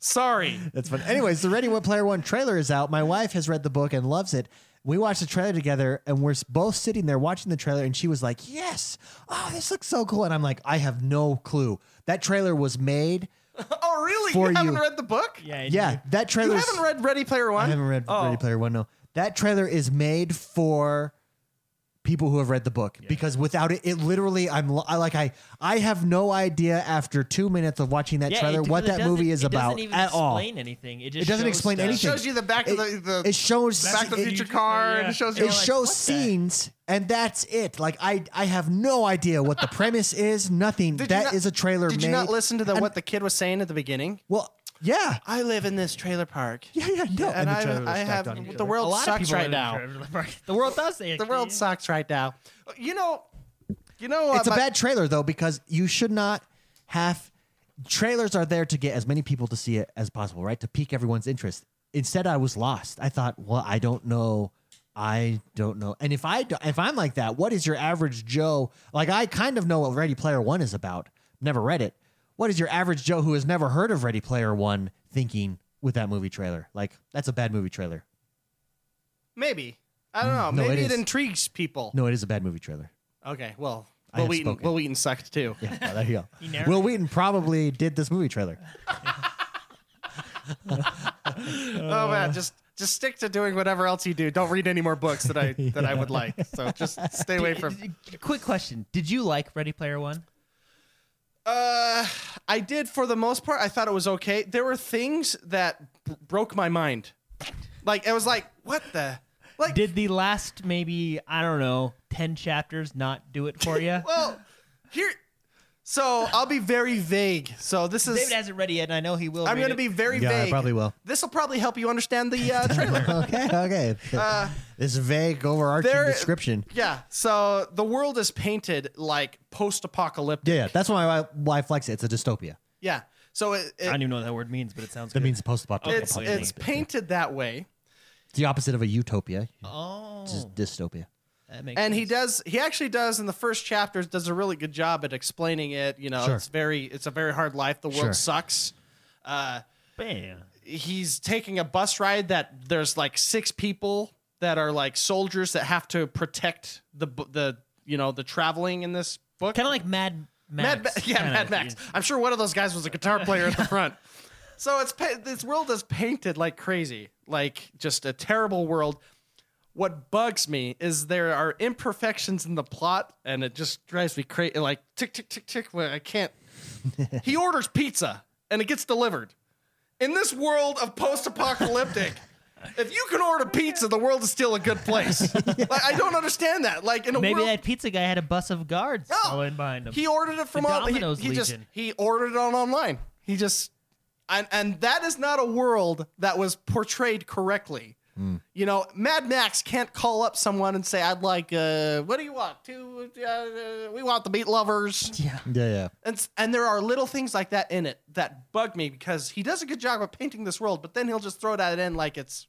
Sorry. That's fun. Anyways, the Ready One Player One trailer is out. My wife has read the book and loves it. We watched the trailer together, and we're s- both sitting there watching the trailer, and she was like, "Yes, oh, this looks so cool." And I'm like, "I have no clue. That trailer was made. Oh, really? For you haven't you. read the book? Yeah. Yeah, that You trailer. haven't read Ready Player One? I haven't read Oh. Ready Player One. No, that trailer is made for people who have read the book because without it, it literally, I'm lo- I, like I I have no idea after two minutes of watching that Yeah, trailer it what really that movie doesn't- is it doesn't about even at all. Explain anything. It, just It doesn't shows explain stuff. It anything. shows you the back of It, the, the it shows Back to the it- Future car, and it shows you it like, shows what the- scenes and that's it like i i have no idea what the premise is nothing That Did is you not- a trailer Did made you not listen to the, what the kid was saying at the beginning? well yeah I live in this trailer park. yeah yeah no and the I- trailer was I stacked have- on each the other. world a lot sucks of people right live in now. trailer park. The world does. The world sucks right now. You know, you know, it's a uh, my- bad trailer though because you should not have trailers are there to get as many people to see it as possible right to pique everyone's interest instead i was lost i thought well i don't know i don't know and if i do- if i'm like that what is your average joe like i kind of know what ready player one is about never read it what is your average joe who has never heard of ready player one thinking with that movie trailer like that's a bad movie trailer Maybe. I don't know. Mm, no, Maybe it it, is. intrigues people. no it is a bad movie trailer Okay, well, I Will have Wheaton, spoken. Will Wheaton sucked too. yeah well, there you go He narrated will wheaton probably did this movie trailer oh man, just just stick to doing whatever else you do. Don't read any more books that I that I would like. So just stay away from. Quick question: Did you like Ready Player One? Uh, I did for the most part. I thought it was okay. There were things that b- broke my mind. Like it was like what the like. Did the last maybe I don't know ten chapters not do it for you? well, here. So I'll be very vague. So this is. David hasn't read it yet, and I know he will. I'm read going to be it. very Yeah, I vague. probably will. This will probably help you understand the uh, trailer. okay, okay. this vague overarching Uh, there- description. yeah. So the world is painted like post-apocalyptic. Yeah, yeah, that's why my wife likes it. It's a dystopia. Yeah. So it, I it, don't even know what that word means, but it sounds. That good. means post-apocalyptic. it's apocalyptic. it's painted that way. It's the opposite of a utopia. Oh, It's just dystopia. that makes And he sense. does he actually does in the first chapters does a really good job at explaining it, you know, Sure. it's very it's a very hard life. The world Sure. sucks. Uh Bam. he's taking a bus ride that there's like six people that are like soldiers that have to protect the bu- the you know, the traveling in this book. Kind of like Mad Max. Mad Ma- yeah, kinda, Mad Max. I'm sure one of those guys was a guitar player at the front. So it's pa- this world is painted like crazy, like just a terrible world. What bugs me is there are imperfections in the plot, and it just drives me crazy. Like tick tick tick tick. Where I can't. he orders pizza, and it gets delivered. In this world of post-apocalyptic. If you can order pizza, the world is still a good place. Like, I don't understand that. Like in a Maybe world, that pizza guy had a bus of guards No. following behind him. Oh, he ordered it from The online. Domino's He, he just Legion. he ordered it on online. He just and and that is not a world that was portrayed correctly. You know, Mad Max can't call up someone and say, "I'd like, uh, what do you want? Two, uh, we want the meat lovers." yeah. Yeah, yeah. And s- and there are little things like that in it that bug me because he does a good job of painting this world, but then he'll just throw that in like it's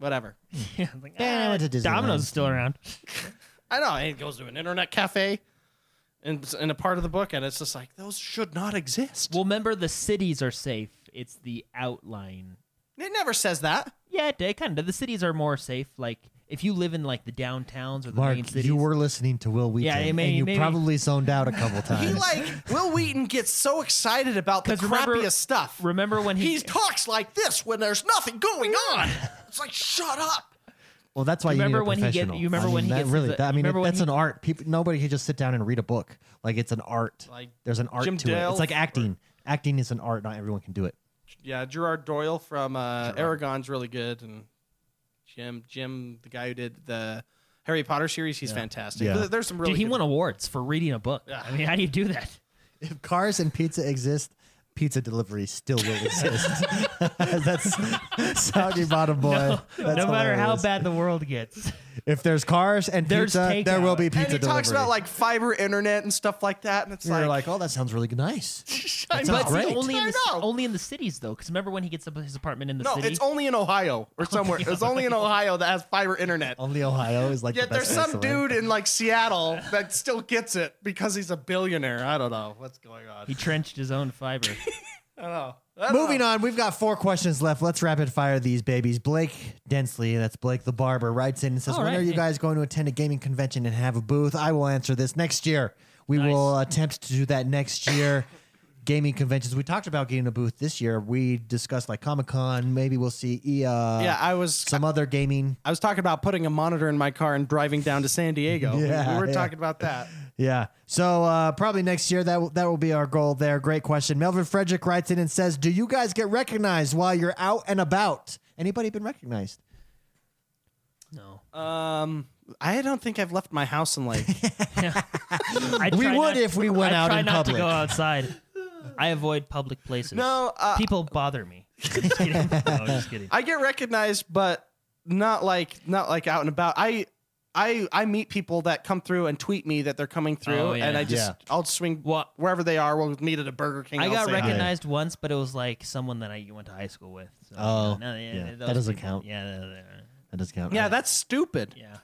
whatever. yeah. I'm Like, Yeah, I ah, went to Disneyland. Domino's is still around. I know. and He goes to an internet cafe, in in a part of the book, and it's just like those should not exist. Well, remember the cities are safe. It's the outline. It never says that. Yeah, they kind of. The cities are more safe. Like if you live in like the downtowns or the Mark, main cities. you were listening to Will Wheaton, Yeah, I mean, and you maybe- probably zoned out a couple He times. like Will Wheaton gets so excited about the 'Cause remember- crappiest stuff. remember when he- he talks like this when there's nothing going on. It's like shut up. well, that's why You you, remember need a when he get- professional. you remember I mean, when he that gets really? the- that- I you mean, remember when that's he- an art. People, nobody can just sit down and read a book. Like it's an art. Like There's an art Jim to it. Delve It's like or- acting. Acting is an art. Not everyone can do it. Yeah, Gerard Doyle from uh, Aragon's really good, and Jim Jim, the guy who did the Harry Potter series, he's fantastic. Yeah. There- There's some really. Dude, he good- won awards for reading a book. I mean, how do you do that? If cars and pizza exist, pizza delivery still will exist. That's Soggy Bottom Boy. That's no matter how hilarious. bad the world gets. If there's cars and There's pizza, there will takeout. be And pizza and he delivery. talks about like fiber internet and stuff like that, and it's You're like, like, oh, that sounds really nice. I know. sounds But see, great. only in I the know. only in the cities though, because remember when he gets up at his apartment in the no, city? it's only in Ohio or somewhere. It's only in Ohio that has fiber internet. Only Ohio is like. Yet the best there's some place to live. dude in like Seattle that still gets it because he's a billionaire. I don't know what's going on. he trenched his own fiber. I don't know. I don't Moving on, we've got four questions left. Let's rapid fire these babies. Blake Densley, that's Blake the barber, writes in and says, All "When right. are you guys going to attend a gaming convention and have a booth?" I will answer this next year. We will attempt to do that next year. gaming conventions. We talked about getting a booth this year. We discussed like Comic Con. Maybe we'll see. E, uh, Yeah, I was some other gaming. I was talking about putting a monitor in my car and driving down to San Diego. We- Yeah, we were yeah. talking about that. Yeah. So uh, probably next year that will- that will be our goal there. Great question. Melvin Frederick writes in and says, "Do you guys get recognized while you're out and about? Anybody been recognized?" No, Um, I don't think I've left my house in like I We try would not- if we went I out try in not public. to go outside. I avoid public places. No, uh, people bother me. Just kidding. No, just kidding. I get recognized, but not like not like out and about. I I I meet people that come through and tweet me that they're coming through, Oh, yeah. and I just I'll swing Well- wherever they are. We'll meet at a Burger King. I I'll got say hi. recognized once, but it was like someone that I went to high school with. So, Oh, you know, no, yeah. That those doesn't people- count. Oh, Yeah, no, no, no. That does count. Yeah, right? that's stupid. yeah.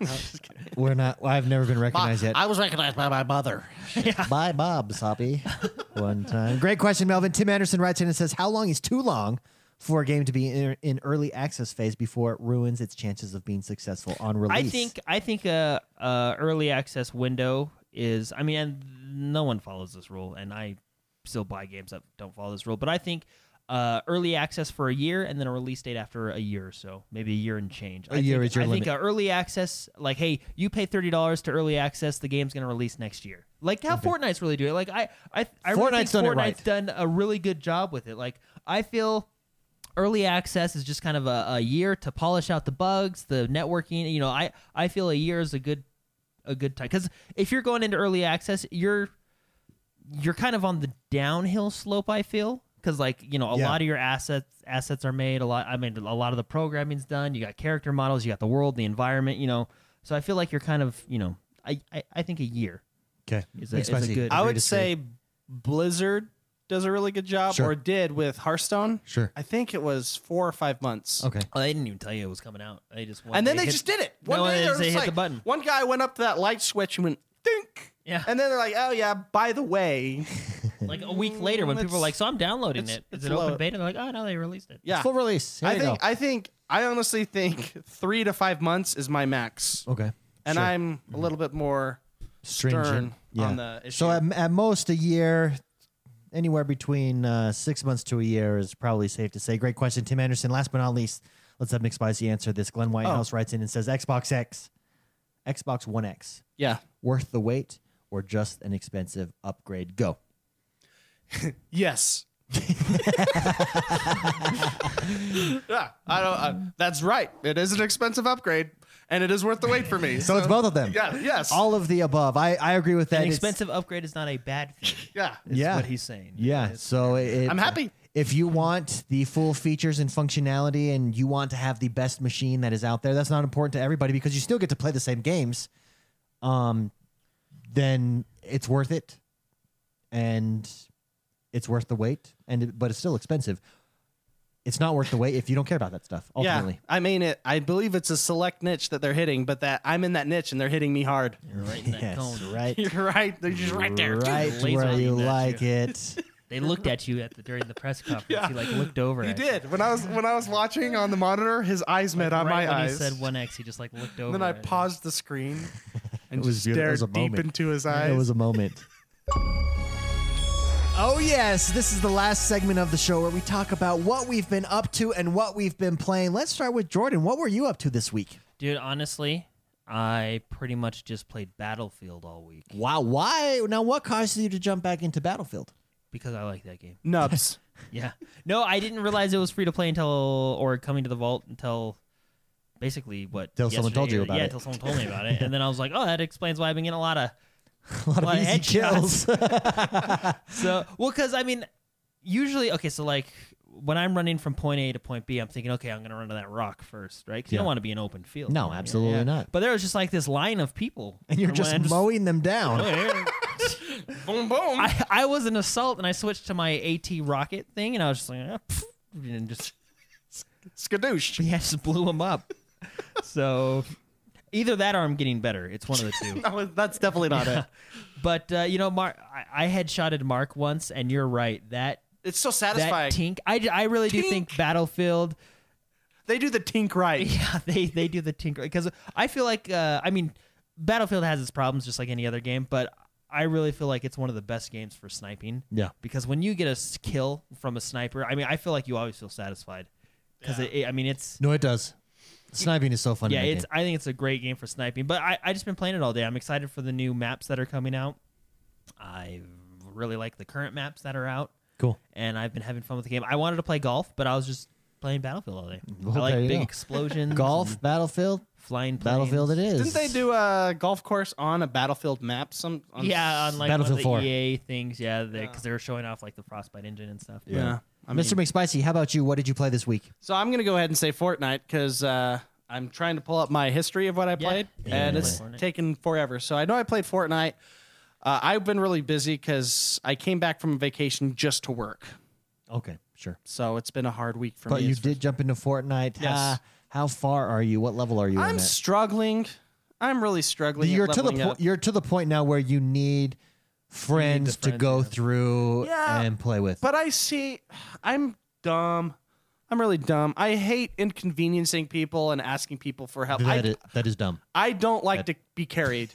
We're not. well, I've never been recognized yet. was recognized by my mother. Bye, Bob Soppy. One time. Great question, Melvin. Tim Anderson writes in and says, "How long is too long for a game to be in, in early access phase before it ruins its chances of being successful on release?" I think I think a, a early access window is. I mean, and no one follows this rule, and I still buy games that don't follow this rule. But I think uh, early access for a year and then a release date after a year or so, maybe a year and change. A I think- year is your I limit. think a early access, like hey, you pay thirty dollars to early access, the game's gonna release next year. Like how Fortnite's really doing. it. Like I, I, I really think Fortnite's done it Fortnite's right. done a really good job with it. Like I feel early access is just kind of a, a year to polish out the bugs, the networking. You know, I I feel a year is a good a good time because if you're going into early access, you're you're kind of on the downhill slope. I feel because like you know a Yeah. lot of your assets assets are made. A lot I mean a lot of the programming's done. You got character models, you got the world, the environment. You know, so I feel like you're kind of you know I I, I think a year okay. is a, is a good. I Agree, would disagree. say Blizzard does a really good job, Sure. or did with Hearthstone. Sure. I think it was four or five months. Okay. Oh, they didn't even tell you it was coming out. They just one And then day they hit- just did it. No, One day they they just- were they just hit like, the button. One guy went up to that light switch and went dink. Yeah. And then they're like, oh yeah, by the way, like a Mm, week later when people It's- are like, "So I'm downloading it's- it. Is it's it open low. beta?" They're like, "Oh no, they released it." yeah. Full release. Here I you think go. I think I honestly think three to five months is my max, okay. and Oh, Sure. Mm-hmm. I'm a little bit more stern stringent yeah. on the issue. So at, at most a year, anywhere between uh, six months to a year is probably safe to say. Great question, Tim Anderson. Last but not least, let's have McSpicy answer this. Glenn Whitehouse writes in and says Xbox X, Xbox One X, yeah, worth the wait or just an expensive upgrade? Go. yes. yeah, I don't. I, that's right. It is an expensive upgrade, and it is worth the wait for me. So it's both of them. Yeah. Yes. All of the above. I, I agree with that. An It's- expensive upgrade is not a bad thing. yeah. Is Yeah. what he's saying. Yeah. So it, it- I'm happy. If you want the full features and functionality and you want to have the best machine that is out there, that's not important to everybody because you still get to play the same games. Um, then it's worth it, and it's worth the wait. And it- but it's still expensive. It's not worth the wait if you don't care about that stuff. Ultimately, Yeah, I mean it. I believe it's a select niche that they're hitting, but that I'm in that niche and they're hitting me hard. You're right in that yes, cone. right, You're right. They're just right there. right Laser where you beam at like it. They looked at you at the during the press conference. He like looked over. He at you. did. When I was when I was watching on the monitor, his eyes met on right my when eyes. he said one X, he just like looked over. and then I at it. paused the screen and was just beautiful. It stared was a deep moment. into his eyes. It was a moment. Oh, yes. This is the last segment of the show where we talk about what we've been up to and what we've been playing. Let's start with Jordan. What were you up to this week? Dude, honestly, I pretty much just played Battlefield all week Wow. Why? Now, what caused you to jump back into Battlefield? because I like that game. Nubs. Yeah. No, I didn't realize it was free to play until or coming to the vault until basically what Till someone told yesterday you or- about yeah, it. until someone told me about it. And then I was like, "Oh, that explains why I've been getting a lot of A lot of Well, easy headshots. kills. so well because i mean usually okay so like when I'm running from point A to point B, I'm thinking, okay, I'm going to run to that rock first, right? 'Cause you Yeah. don't want to be an open field. No, absolutely not. But there was just like this line of people, and you're I just went- mowing them down. boom, boom. I, I was an assault, and I switched to my AT rocket thing, and I was just like, ah, pff, and just Skadoosh. yeah, just blew them up. so either that or I'm getting better. It's one of the two. No, that's definitely not it. But uh, you know, Mark, I, I headshotted Mark once, and you're right that It's so that satisfying. tink. I, I really do think Battlefield. they do the tink right. Yeah, they they do the tinker because I feel like uh, I mean, Battlefield has its problems just like any other game, but I really feel like it's one of the best games for sniping. Yeah. because when you get a s- kill from a sniper, I mean, I feel like you always feel satisfied because it, it- I mean, it's No, it does. Sniping is so fun. yeah, in that it's game. I think it's a great game for sniping. But I I just been playing it all day. I'm excited for the new maps that are coming out. I really like the current maps that are out, cool. and I've been having fun with the game. I wanted to play golf, but I was just playing Battlefield all day. Well, I like there you big go. explosions, Golf, and Battlefield, flying, planes. Battlefield. It is. Didn't they do a golf course on a battlefield map? Some on um, yeah, on like one of Battlefield 4. the EA things, yeah, because they, 'cause they were showing off like the Frostbite engine and stuff. yeah. I mean- Mr. McSpicy, how about you? What did you play this week? So I'm gonna go ahead and say Fortnite because uh, I'm trying to pull up my history of what I played, Yeah, and you it's played Fortnite. taken forever. So I know I played Fortnite. Uh, I've been really busy because I came back from vacation just to work, Okay, sure. so it's been a hard week for But me. you as- did jump into Fortnite. Yes. Uh, how far are you? What level are you in I'm that? struggling. I'm really struggling. at you're to the leveling po- up. you're to the point now where you need friends, to friends, go yeah. through Yeah, and play with. But I see, I'm dumb. I'm really dumb. I hate inconveniencing people and asking people for help. I, That is- that is dumb. I don't like to be carried.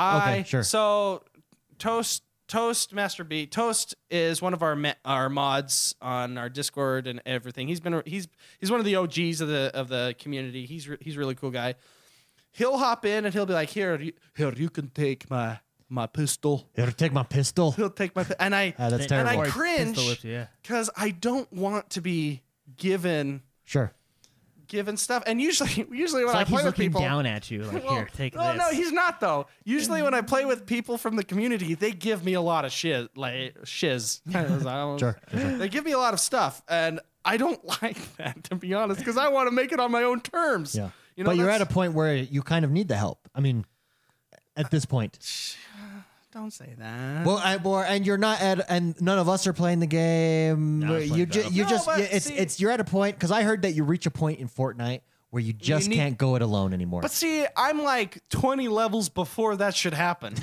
I, Okay, sure. So, toast, toast, Master B, toast is one of our ma- our mods on our Discord and everything. He's been he's he's one of the OGs of the of the community. He's re- he's a really cool guy. He'll hop in and he'll be like, "Here, you, here, you can take my my pistol." Here, take my pistol. He'll take my pi- and I Ah, that's And and terrible. I Or pistol cringe whips you, yeah. because I don't want to be given sure. given stuff. And usually, usually when It's I like play he's with looking people, down at you, like well, here, take no, this. no, he's not though. Usually when I Mm. play with people from the community, they give me a lot of shiz, like shiz. I don't- Sure, sure, They give me a lot of stuff, and I don't like that to be honest, because I want to make it on my own terms. Yeah. You know, but you're at that's- a point where you kind of need the help. I mean, at this point. Don't say that. Well, I, well, and you're not at, and none of us are playing the game. No, I'm you playing ju- you Battlefield. just, No, but yeah, it's, see- it's, you're at a point because I heard that you reach a point in Fortnite where you just need- can't go it alone anymore. But see, I'm like 20 levels before that should happen.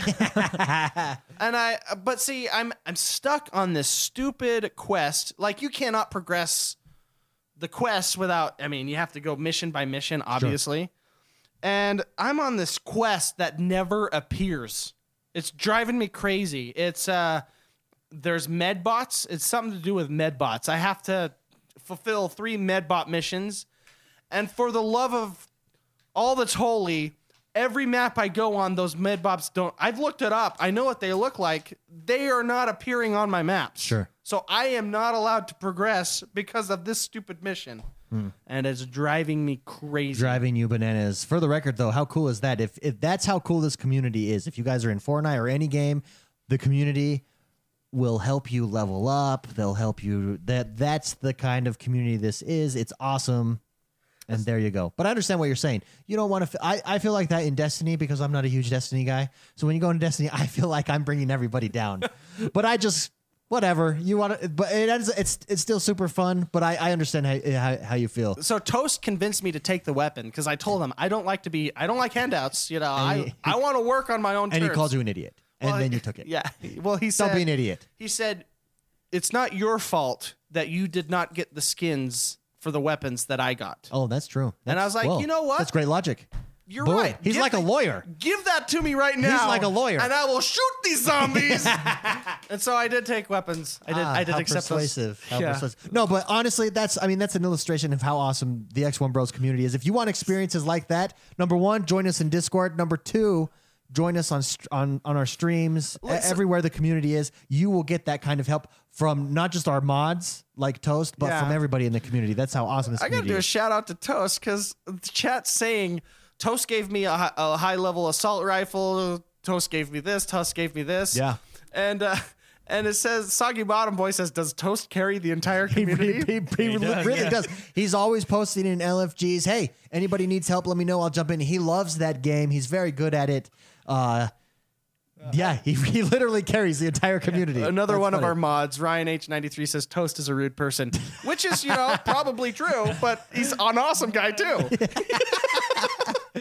and I but see, I'm I'm stuck on this stupid quest. Like you cannot progress the quest without I mean, you have to go mission by mission obviously. And I'm on this quest that never appears. It's driving me crazy. It's uh there's medbots. It's something to do with medbots. I have to fulfill three medbot missions. And for the love of all that's holy, every map I go on, those medbots don't. I've looked it up. I know what they look like. They are not appearing on my maps. Sure. So I am not allowed to progress because of this stupid mission. And it's driving me crazy. driving you bananas. For the record, though, how cool is that? If if that's how cool this community is, if you guys are in Fortnite or any game, the community will help you level up. They'll help you. That that's the kind of community this is. It's awesome. And there you go. But I understand what you're saying. You don't want to. F- I, I feel like that in Destiny because I'm not a huge Destiny guy. So when you go into Destiny, I feel like I'm bringing everybody down. but I just whatever you want. to But it is, it's it's still super fun. But I, I understand how, how how you feel. so Toast convinced me to take the weapon because I told him I don't like to be I don't like handouts. You know, I, he- I want to work on my own. and he terms. called you an idiot, and Well, then you took it. Yeah. Well, he Stop said being an idiot. He said it's not your fault that you did not get the skins for the weapons that I got. Oh, that's true. And I That's- was like, whoa, you know what? That's great logic. You're Boom. right. He's Give like a the- lawyer. Give that to me right now. like a lawyer. and I will shoot these zombies. and so I did take weapons. I did. Ah, I did how accept those. persuasive. How Yeah. persuasive. No, but honestly, that's I mean that's an illustration of how awesome the X1 Bros community is. If you want experiences like that, number one, join us in Discord. Number two, join us on str- on on our streams e- Listen- everywhere the community is. You will get that kind of help from not just our mods like Toast, but Yeah. from everybody in the community. That's how awesome this I gotta community do a is. shout out to Toast because the chat's saying Toast gave me a, hi- a high level assault rifle. Toast gave me this. Toast gave me this. Yeah. And uh, And it says Soggy Bottom Boy says, "Does toast carry the entire He, he- community?" he- he He does, really yeah. does. He's always posting in LFGs. Hey, anybody needs help? Let me know. I'll jump in. He loves that game. He's very good at it. Uh, yeah, he, he literally carries the entire community. Another That's one of funny. our mods, Ryan H93 says Toast is a rude person, which is, you know, probably true, but he's an awesome guy too.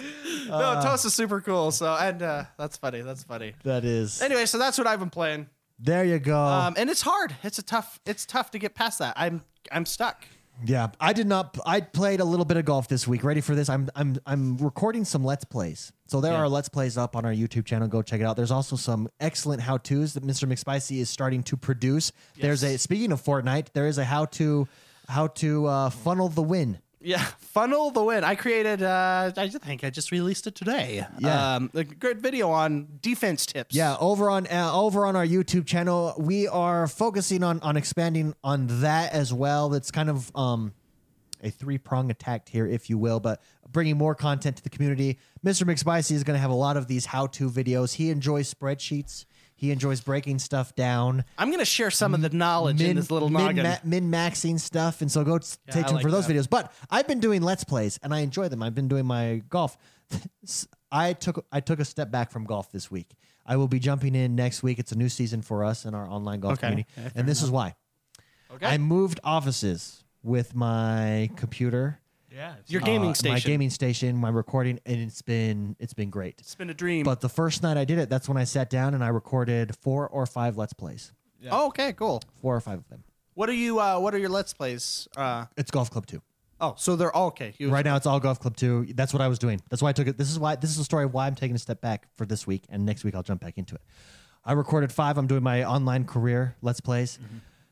Uh. no, Toast is super cool. So, and uh, that's funny. That's funny. That is. Anyway, so that's what I've been playing. There you go. Um, and it's hard. It's a tough. It's tough to get past that. I'm I'm stuck. yeah, I did not. I played a little bit of golf this week. Ready for this? I'm I'm I'm recording some let's plays. So there are let's plays up on our YouTube channel. Go check it out. There's also some excellent how tos that Mr. McSpicy is starting to produce. There's a speaking of Fortnite, there is a how to how to uh, funnel the win. Yeah, funnel the win. I created. Uh, I think I just released it today. Yeah. um, a great video on defense tips. Yeah, over on uh, over on our YouTube channel, we are focusing on on expanding on that as well. That's kind of um a three prong attack here, if you will, but bringing more content to the community. Mr. McSpicy is going to have a lot of these how to videos. He enjoys spreadsheets. He enjoys breaking stuff down, I'm gonna share some of the knowledge in this little min, noggin. min maxing stuff, and so go t- Yeah, take I some for like those that. videos. But I've been doing let's plays, and I enjoy them. I've been doing my golf. S- I took I took a step back from golf this week. I will be jumping in next week. It's a new season for us in our online golf Okay. community, and this is why. Okay. I moved offices with my computer, Yeah. Your uh, gaming my station. gaming station, my recording, and it's been it's been great. It's been a dream. But the first night I did it, that's when I sat down and I recorded four or five let's plays, Oh, okay, cool. four or five of them. What are you? Uh, what are your let's plays? Uh, It's golf club two. oh, so they're all okay. You, Right now, it's all golf club two. That's what I was doing. That's why I took it. This is why. This is the story of why I'm taking a step back for this week, and next week I'll jump back into it. I recorded five. I'm doing my online career let's plays.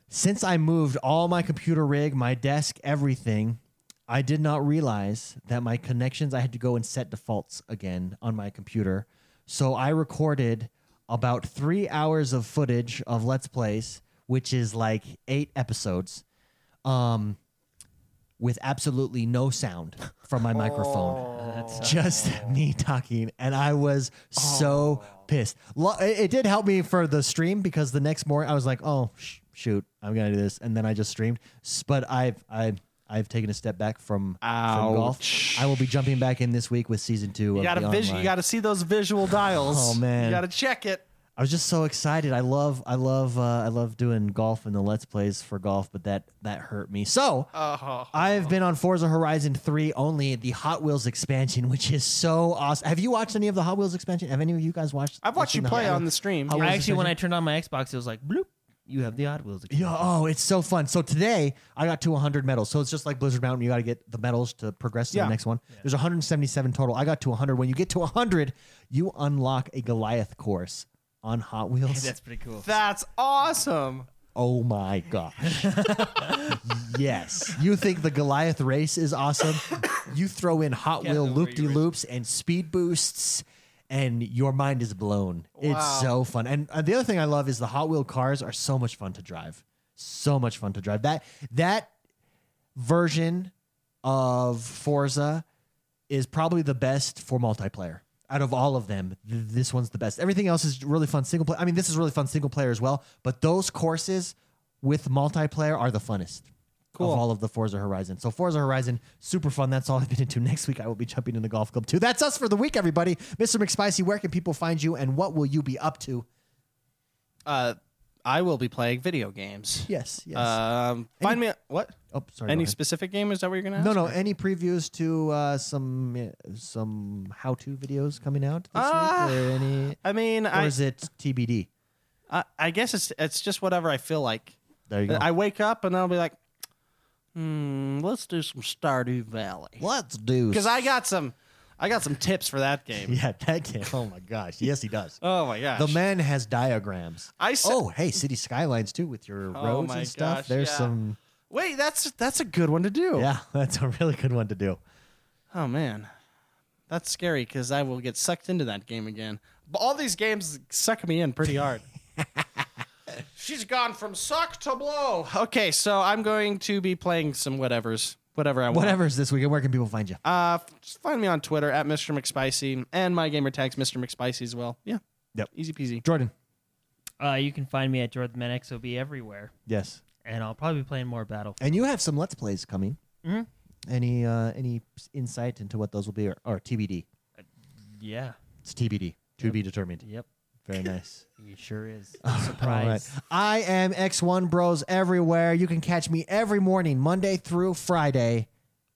Since I moved all my computer rig, my desk, everything, I did not realize that my connections. I had to go and set defaults again on my computer. So I recorded about three hours of footage of let's plays, which is like eight episodes with absolutely no sound from my microphone. Just me talking. And I was so pissed. Lo- It it did help me for the stream because the next morning I was like, oh, sh- shoot, I'm going to do this. And then I just streamed. S- But I've, I've, I've taken a step back from, from golf. I will be jumping back in this week with season two. you of got the to vision. You online. got to see those visual dials. Oh, man. you got to check it. I was just so excited. I love, I love, uh, I love doing golf and the let's plays for golf, but that that hurt me. So Oh, I've been on Forza Horizon 3 only the Hot Wheels expansion, which is so awesome. Have you watched any of the Hot Wheels expansion? Have any of you guys watched? I've watched you seen play Hot on the Wheels- stream. How- I actually, when I turned on my Xbox, it was like, bloop, you have the Hot Wheels. again. Yeah, oh, it's so fun. So today I got to 100 medals. So it's just like Blizzard Mountain. You got to get the medals to progress to Yeah. the next one. There's 177 total. I got to 100. When you get to 100, you unlock a Goliath course on Hot Wheels. That's pretty cool. That's awesome. Oh my gosh. yes. You think the Goliath race is awesome? You throw in Hot Yeah, Wheel the way loop de loops and speed boosts, and your mind is blown. It's Wow. so fun. And uh, the other thing I love is the Hot Wheel cars are so much fun to drive. So much fun to drive. That that version of Forza is probably the best for multiplayer. Out of all of them, th- this one's the best. Everything else is really fun single player. I mean, this is really fun single player as well, but those courses with multiplayer are the funnest. Of all of the Forza Horizon. So Forza Horizon, super fun. That's all I've been into. Next week I will be jumping in the golf club too. That's us for the week, everybody. Mr. McSpicy, where can people find you and what will you be up to? Uh, I will be playing video games. Yes, yes. Um, find me what? Uh, oh, sorry. go Any ahead. specific game? Is that what you're gonna? no, ask? no. Any previews to uh, some uh, some how to videos coming out this Ah. week, or any, I mean, or I, is it TBD? I I guess it's it's just whatever I feel like. There you go. I wake up and I'll be like, hmm, let's do some Stardew Valley. Let's do Because I got some, I got some tips for that game. yeah, that kid. Oh my gosh, yes, he does. Oh my gosh. The man has diagrams. I sa- oh hey, city skylines too with your Oh roads my and stuff. gosh, There's yeah. some. Wait, that's that's a good one to do. Yeah, that's a really good one to do. Oh man, that's scary because I will get sucked into that game again. But all these games suck me in pretty hard. She's gone from suck to blow. Okay, so I'm going to be playing some whatevers, whatever I want. Whatever's this weekend. Where can people find you? Uh, f- just find me on Twitter at Mr. McSpicy and my gamer tags Mr. McSpicy as well. Yeah. Yep. Easy peasy. Jordan. Uh, you can find me at Jordan XOB everywhere, Yes. and I'll probably be playing more Battle. And you have some Let's Plays coming. Mhm. Any uh, any s- insight into what those will be, or, or TBD? Yeah. It's TBD, to be determined. Yep. Very nice. He sure is. All right. Surprise. I am X1 Bros everywhere. You can catch me every morning, Monday through Friday,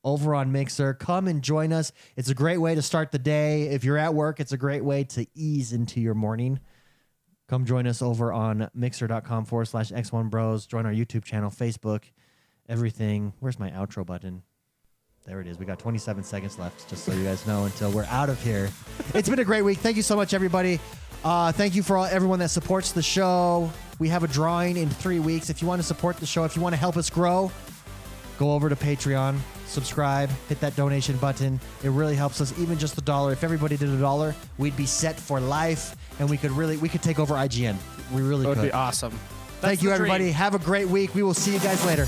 over on Mixer. Come and join us. It's a great way to start the day. If you're at work, it's a great way to ease into your morning. Come join us over on mixer.com forward slash X1 Bros. Join our YouTube channel, Facebook, everything. Where's my outro button? There it is. We got 27 seconds left, just so you guys know, until we're out of here. It's been a great week. Thank you so much, everybody. Uh, thank you for all, everyone that supports the show. We have a drawing in three weeks. If you want to support the show, if you want to help us grow, go over to Patreon, subscribe, hit that donation button. It really helps us, even just a dollar. If everybody did a dollar, we'd be set for life, and we could really we could take over IGN. We really That would could. be awesome. Thank you, the dream. everybody. Have a great week. We will see you guys later.